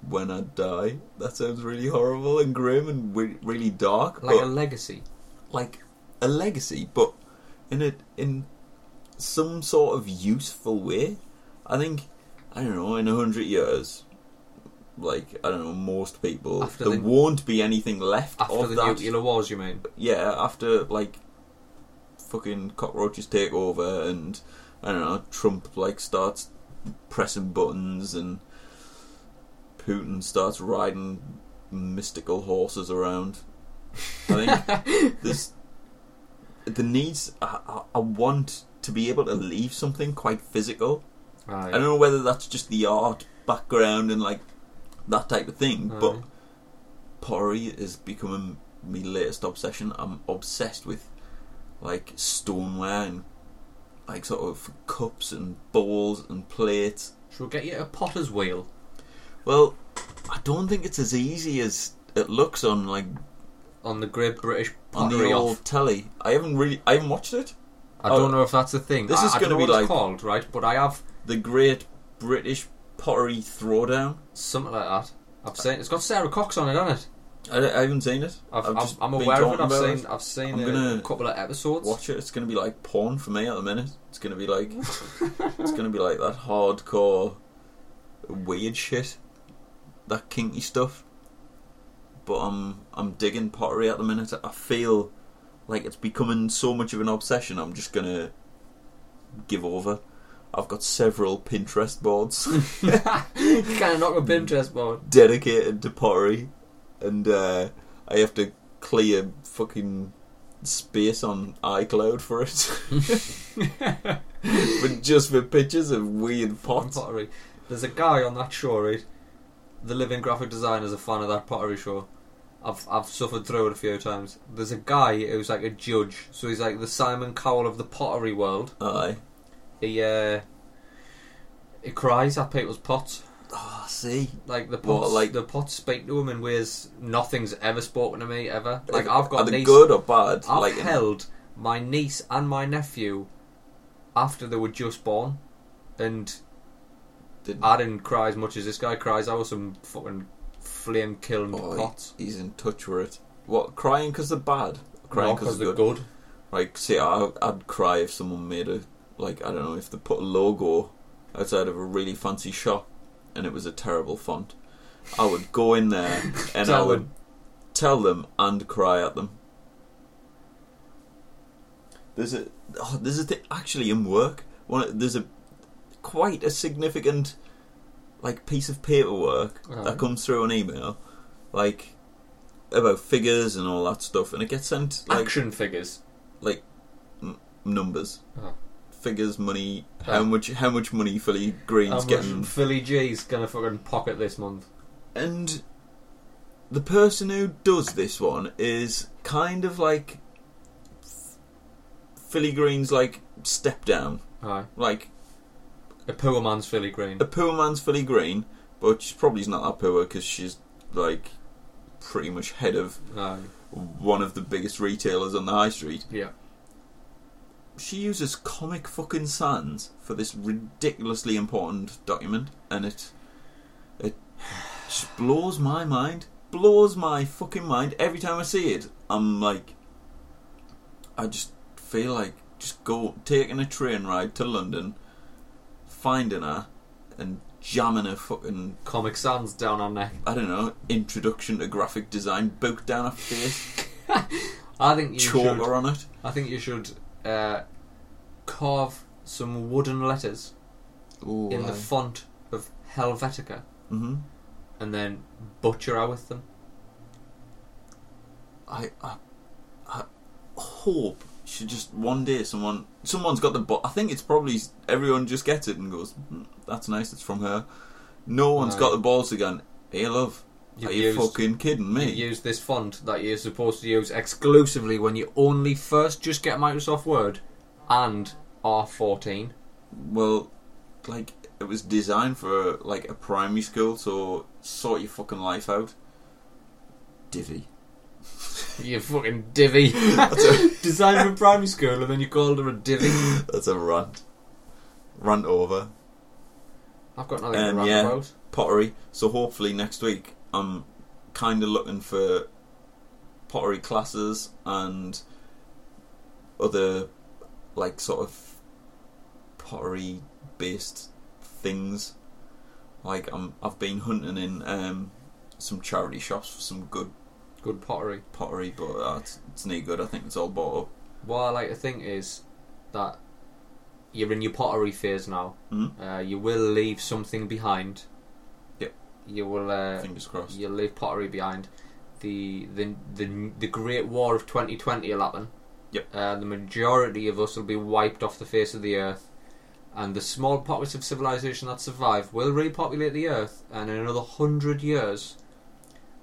S2: when I die. That sounds really horrible and grim and re- really dark,
S1: like
S2: but
S1: a legacy.
S2: like a legacy, but in a in some sort of useful way. I think I don't know in a hundred years. Like I don't know, most people
S1: After
S2: there
S1: the-
S2: won't be anything left
S1: After
S2: of
S1: the
S2: that
S1: nuclear wars, you mean?
S2: yeah, after like fucking cockroaches take over and I don't know, Trump like starts pressing buttons and Putin starts riding mystical horses around. I think there's the needs. I, I, I want to be able to leave something quite physical.
S1: Right.
S2: I don't know whether that's just the art background and like that type of thing, but
S1: Aye.
S2: pottery is becoming my latest obsession. I'm obsessed with like stoneware and like sort of cups and bowls and plates.
S1: Shall we get you a potter's wheel?
S2: Well, I don't think it's as easy as it looks on like
S1: on the Great British
S2: on
S1: Pottery
S2: the old
S1: Off.
S2: telly. I haven't really, I haven't watched it.
S1: I
S2: oh,
S1: don't know if that's a thing.
S2: this
S1: I,
S2: is
S1: I don't
S2: gonna
S1: know
S2: be
S1: what
S2: like-
S1: it's called, right? But I have
S2: The Great British Pottery Throwdown.
S1: something like that. I've seen it's got Sarah Cox on it, hasn't it?
S2: I, I haven't seen it.
S1: I've,
S2: I've
S1: i
S2: just
S1: I'm
S2: been
S1: aware of it.
S2: talking
S1: I've
S2: about
S1: seen
S2: it.
S1: I've seen
S2: I'm
S1: a
S2: gonna
S1: couple of episodes.
S2: watch it. It's going to be like porn for me at the minute. It's going to be like it's going to be like that hardcore weird shit, that kinky stuff. But I'm I'm digging pottery at the minute. I feel like it's becoming so much of an obsession. I'm just going to give over. I've got several Pinterest boards
S1: you kind of knock a Pinterest board.
S2: dedicated to pottery, and uh, I have to clear fucking space on iCloud for it. but just for pictures of weird
S1: on
S2: pots.
S1: Pottery. There's a guy on that show, right? The living graphic designer is a fan of that pottery show. I've I've suffered through it a few times. There's a guy who's like a judge, so he's like the Simon Cowell of the pottery world.
S2: Aye.
S1: He uh, he cries at people's pots.
S2: Ah, see.
S1: Like the
S2: What,
S1: pots,
S2: like-
S1: like the pots speak to him in ways nothing's ever spoken to me ever. Like
S2: If-
S1: I've
S2: are
S1: got Ah,
S2: they
S1: niece,
S2: good or bad?
S1: I've
S2: like in-
S1: held my niece and my nephew after they were just born, and
S2: did-
S1: I didn't cry as much as this guy cries. I was some fucking flame killing
S2: oh, he-
S1: pots.
S2: he's in touch with it. What? Crying because they're bad. Crying
S1: Not
S2: because
S1: they're
S2: they're good.
S1: good.
S2: Like, see, I, I'd cry if someone made a like I don't know if they put a logo outside of a really fancy shop and it was a terrible font. I would go in there and I
S1: Tell
S2: would
S1: them.
S2: tell them and cry at them. There's a oh, there's a thi- actually in work. One there's a quite a significant like piece of paperwork that
S1: Right.
S2: comes through an email, like about figures and all that stuff, and it gets sent like
S1: Action figures.
S2: like m- numbers,
S1: Oh.
S2: figures, money.
S1: Oh.
S2: How much? How much money Philly Green's
S1: How much
S2: getting?
S1: Philly G's gonna fucking pocket this month?
S2: And the person who does this one is kind of like Philly Green's like step down,
S1: Aye.
S2: like
S1: A poor man's Philly Green.
S2: a poor man's Philly Green, but she's probably not that poor because she's like pretty much head of
S1: Aye.
S2: one of the biggest retailers on the high street.
S1: Yeah.
S2: she uses comic fucking sans for this ridiculously important document, and it it just blows my mind, blows my fucking mind every time I see it. I'm like, I just feel like just go taking a train ride to London, finding her, and jamming her fucking
S1: Comic Sans down on neck.
S2: I don't know introduction to graphic design book down her face,
S1: I think you should.
S2: chalker on it.
S1: I think you should uh, carve some wooden letters
S2: Ooh,
S1: in the font of Helvetica
S2: hmm
S1: and then butcher her with them.
S2: I, I, I hope she just one day someone someone's got the bo- I think it's probably s- everyone just gets it and goes, "Mm, "That's nice. It's from her." No one's
S1: Right.
S2: got the balls again. Hey, love,
S1: You've
S2: are you
S1: used-
S2: fucking kidding
S1: You
S2: me?
S1: use this font that you're supposed to use exclusively when you only first just get Microsoft Word and R14.
S2: well, like it was designed for like a primary school, so sort your fucking life out. Divvy.
S1: You fucking divvy. Designed from primary school and then you called her a divvy.
S2: That's a rant. Rant over.
S1: I've got nothing to
S2: Um,
S1: rant
S2: yeah.
S1: about.
S2: pottery. So hopefully next week I'm kind of looking for pottery classes and other like sort of pottery based things. Like I'm, I've been hunting in um, some charity shops for some good
S1: Good pottery.
S2: pottery, but uh, it's, it's no good. I think it's all bought up.
S1: What I like to think is that you're in your pottery phase now.
S2: Mm?
S1: Uh, you will leave something behind.
S2: Yep.
S1: You will. Uh,
S2: Fingers crossed.
S1: you leave pottery behind. The the the the Great War of 2020 will happen.
S2: Yep.
S1: Uh, the majority of us will be wiped off the face of the earth, and the small pockets of civilization that survive will repopulate the earth, and in another hundred years,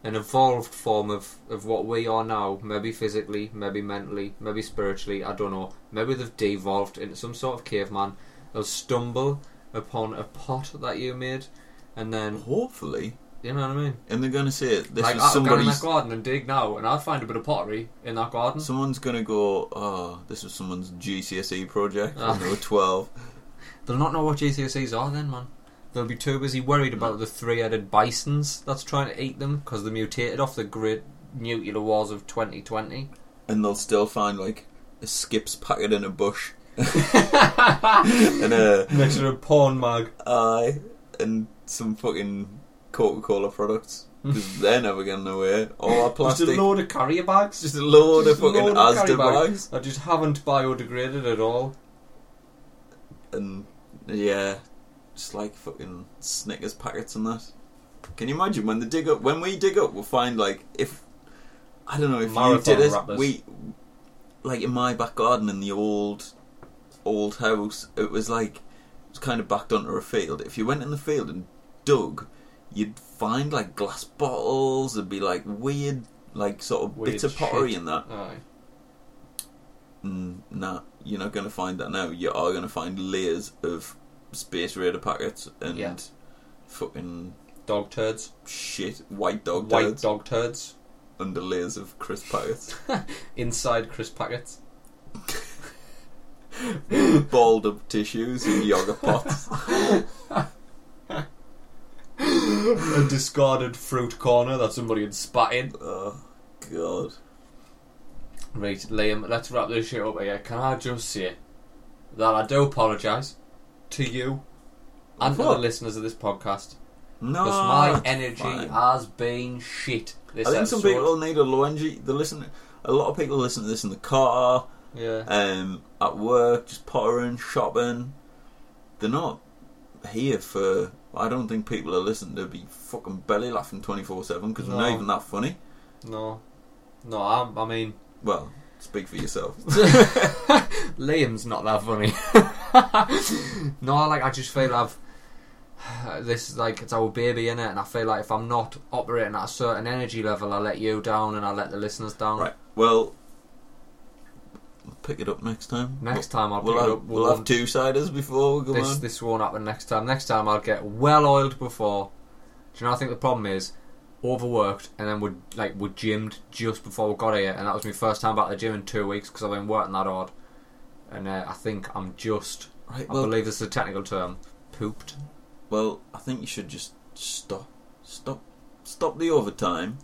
S1: an evolved form of of what we are now, maybe physically, maybe mentally, maybe spiritually, I don't know. Maybe they've devolved into some sort of caveman. They'll stumble upon a pot that you made, and then
S2: Hopefully,
S1: you know what I mean.
S2: and they're gonna say this
S1: Like,
S2: was
S1: I'll go in
S2: somebody's
S1: that garden and dig now, and I'll find a bit of pottery in that garden.
S2: Someone's gonna go, oh, this was someone's GCSE E project
S1: Ah.
S2: when they were 12.
S1: They'll not know what GCSEs are then, man. They'll be too busy worried about the three-headed bisons that's trying to eat them because they mutated off the great nuclear wars of 2020.
S2: And they'll still find, like, a skips packet in a bush. and a
S1: Next to a porn mag.
S2: eye. And some fucking Coca Cola products. 'Cause they're never getting away. All our plastic.
S1: Just a load of carrier bags.
S2: just a load
S1: just
S2: of fucking
S1: load of carry
S2: Asda
S1: bags.
S2: bags.
S1: I just haven't biodegraded at all.
S2: And, yeah. Just like fucking Snickers packets and that. Can you imagine when they dig up? When we dig up, we'll find like if I don't know if
S1: Marathon
S2: you did it.
S1: rappers.
S2: We like in my back garden in the old old house. It was like it was kind of backed onto a field. If you went in the field and dug, you'd find like glass bottles. There'd be like weird, like sort of
S1: Weird
S2: bits of pottery
S1: shit.
S2: in that.
S1: Aye.
S2: Mm, nah, you're not going to find that now. You are going to find layers of space raider packets and
S1: Yeah.
S2: fucking
S1: Dog turds.
S2: shit, white dog
S1: White
S2: turds
S1: dog turds.
S2: under layers of crisp packets,
S1: Inside crisp packets.
S2: balled up tissues and yoga pots.
S1: a discarded fruit corner that somebody had spat in.
S2: oh god,
S1: Right, Liam, let's wrap this shit up here. Can I just say that I do apologise to you and to
S2: What?
S1: the listeners of this podcast
S2: no.
S1: because my
S2: it's
S1: energy
S2: fine.
S1: has been shit this
S2: I think
S1: episode.
S2: some people need a low energy. They listen. A lot of people listen to this in the car,
S1: yeah,
S2: um, at work, just pottering, shopping. They're not here for. I don't think people are listening to be fucking belly laughing twenty four seven because we're
S1: No.
S2: not even that funny.
S1: no, no, I, I mean,
S2: Well, speak for yourself.
S1: Liam's not that funny. no, like I just feel I've this is like it's our baby in it, and I feel like if I'm not operating at a certain energy level, I let you down and I let the listeners down.
S2: Right. Well, pick it up next time.
S1: Next time I'll
S2: we'll,
S1: pick
S2: have,
S1: it up.
S2: we'll, have two ciders before we go
S1: this
S2: on.
S1: this won't happen next time. Next time I'll get well oiled before. Do you know? what I think the problem is overworked, and then we're like we're gymmed just before we got here, and that was my first time back at the gym in two weeks because I've been working that hard, and uh, I think I'm just.
S2: right.
S1: I
S2: Well,
S1: believe this is a technical term. Pooped.
S2: well, I think you should just stop, stop, stop the overtime.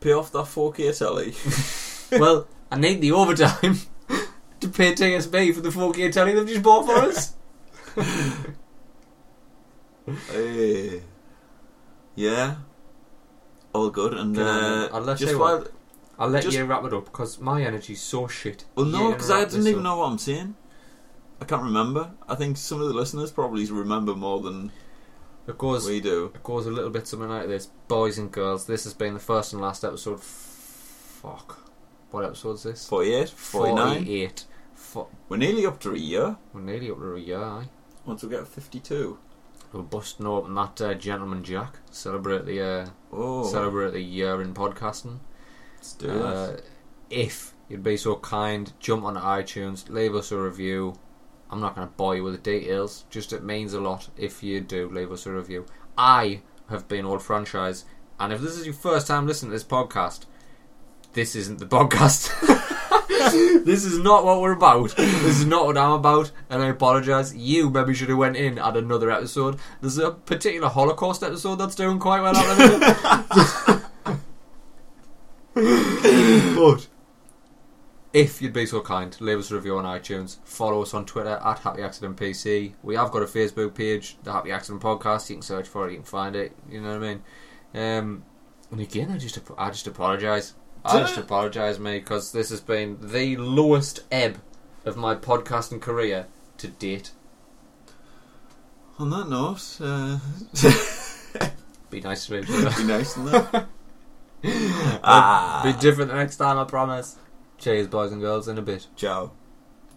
S2: Pay off that 4K telly.
S1: well, I need the overtime to pay TSB for the 4K telly they've just bought for us.
S2: Eh. Yeah. All good. And
S1: Can I-
S2: uh,
S1: I'll let
S2: just
S1: you
S2: while.
S1: I'll let
S2: Just-
S1: you wrap it up because my energy's so shit.
S2: Well,
S1: You
S2: no, because I
S1: interrupt
S2: didn't
S1: this
S2: even
S1: up.
S2: know what I'm saying. I can't remember. I think some of the listeners probably remember more than
S1: It goes
S2: we do.
S1: It goes a little bit something like this. Boys and girls, this has been the first and last episode. F- fuck. What episode is this?
S2: 48, 49.
S1: 48. Fu-
S2: We're nearly up to a year.
S1: We're nearly up to a year, aye.
S2: Once we get 52.
S1: We're busting open that uh, Gentleman Jack. Celebrate the uh,
S2: Oh,
S1: celebrate the year in podcasting.
S2: let's do
S1: Uh,
S2: that.
S1: if you'd be so kind, jump on iTunes, leave us a review. I'm not going to bore you with the details, just it means a lot if you do leave us a review. I have been Old Franchise, and if this is your first time listening to this podcast, this isn't the podcast. this is not what we're about. This is not what I'm about, and I apologise. You maybe should have went in at another episode. There's a particular Holocaust episode that's doing quite well at the minute.
S2: But
S1: If you'd be so kind, leave us a review on iTunes. Follow us on Twitter at Happy Accident PC. We have got a Facebook page, the Happy Accident Podcast. You can search for it, you can find it. You know what I mean? Um, and again, I just, I just apologise. I just apologise, me, because this has been the lowest ebb of my podcasting career to date.
S2: on that note, uh,
S1: Be nice to each other.
S2: be nice Ah, and that. ah,
S1: Uh, Be different next time, I promise. Cheers, boys and girls, in a bit.
S2: ciao.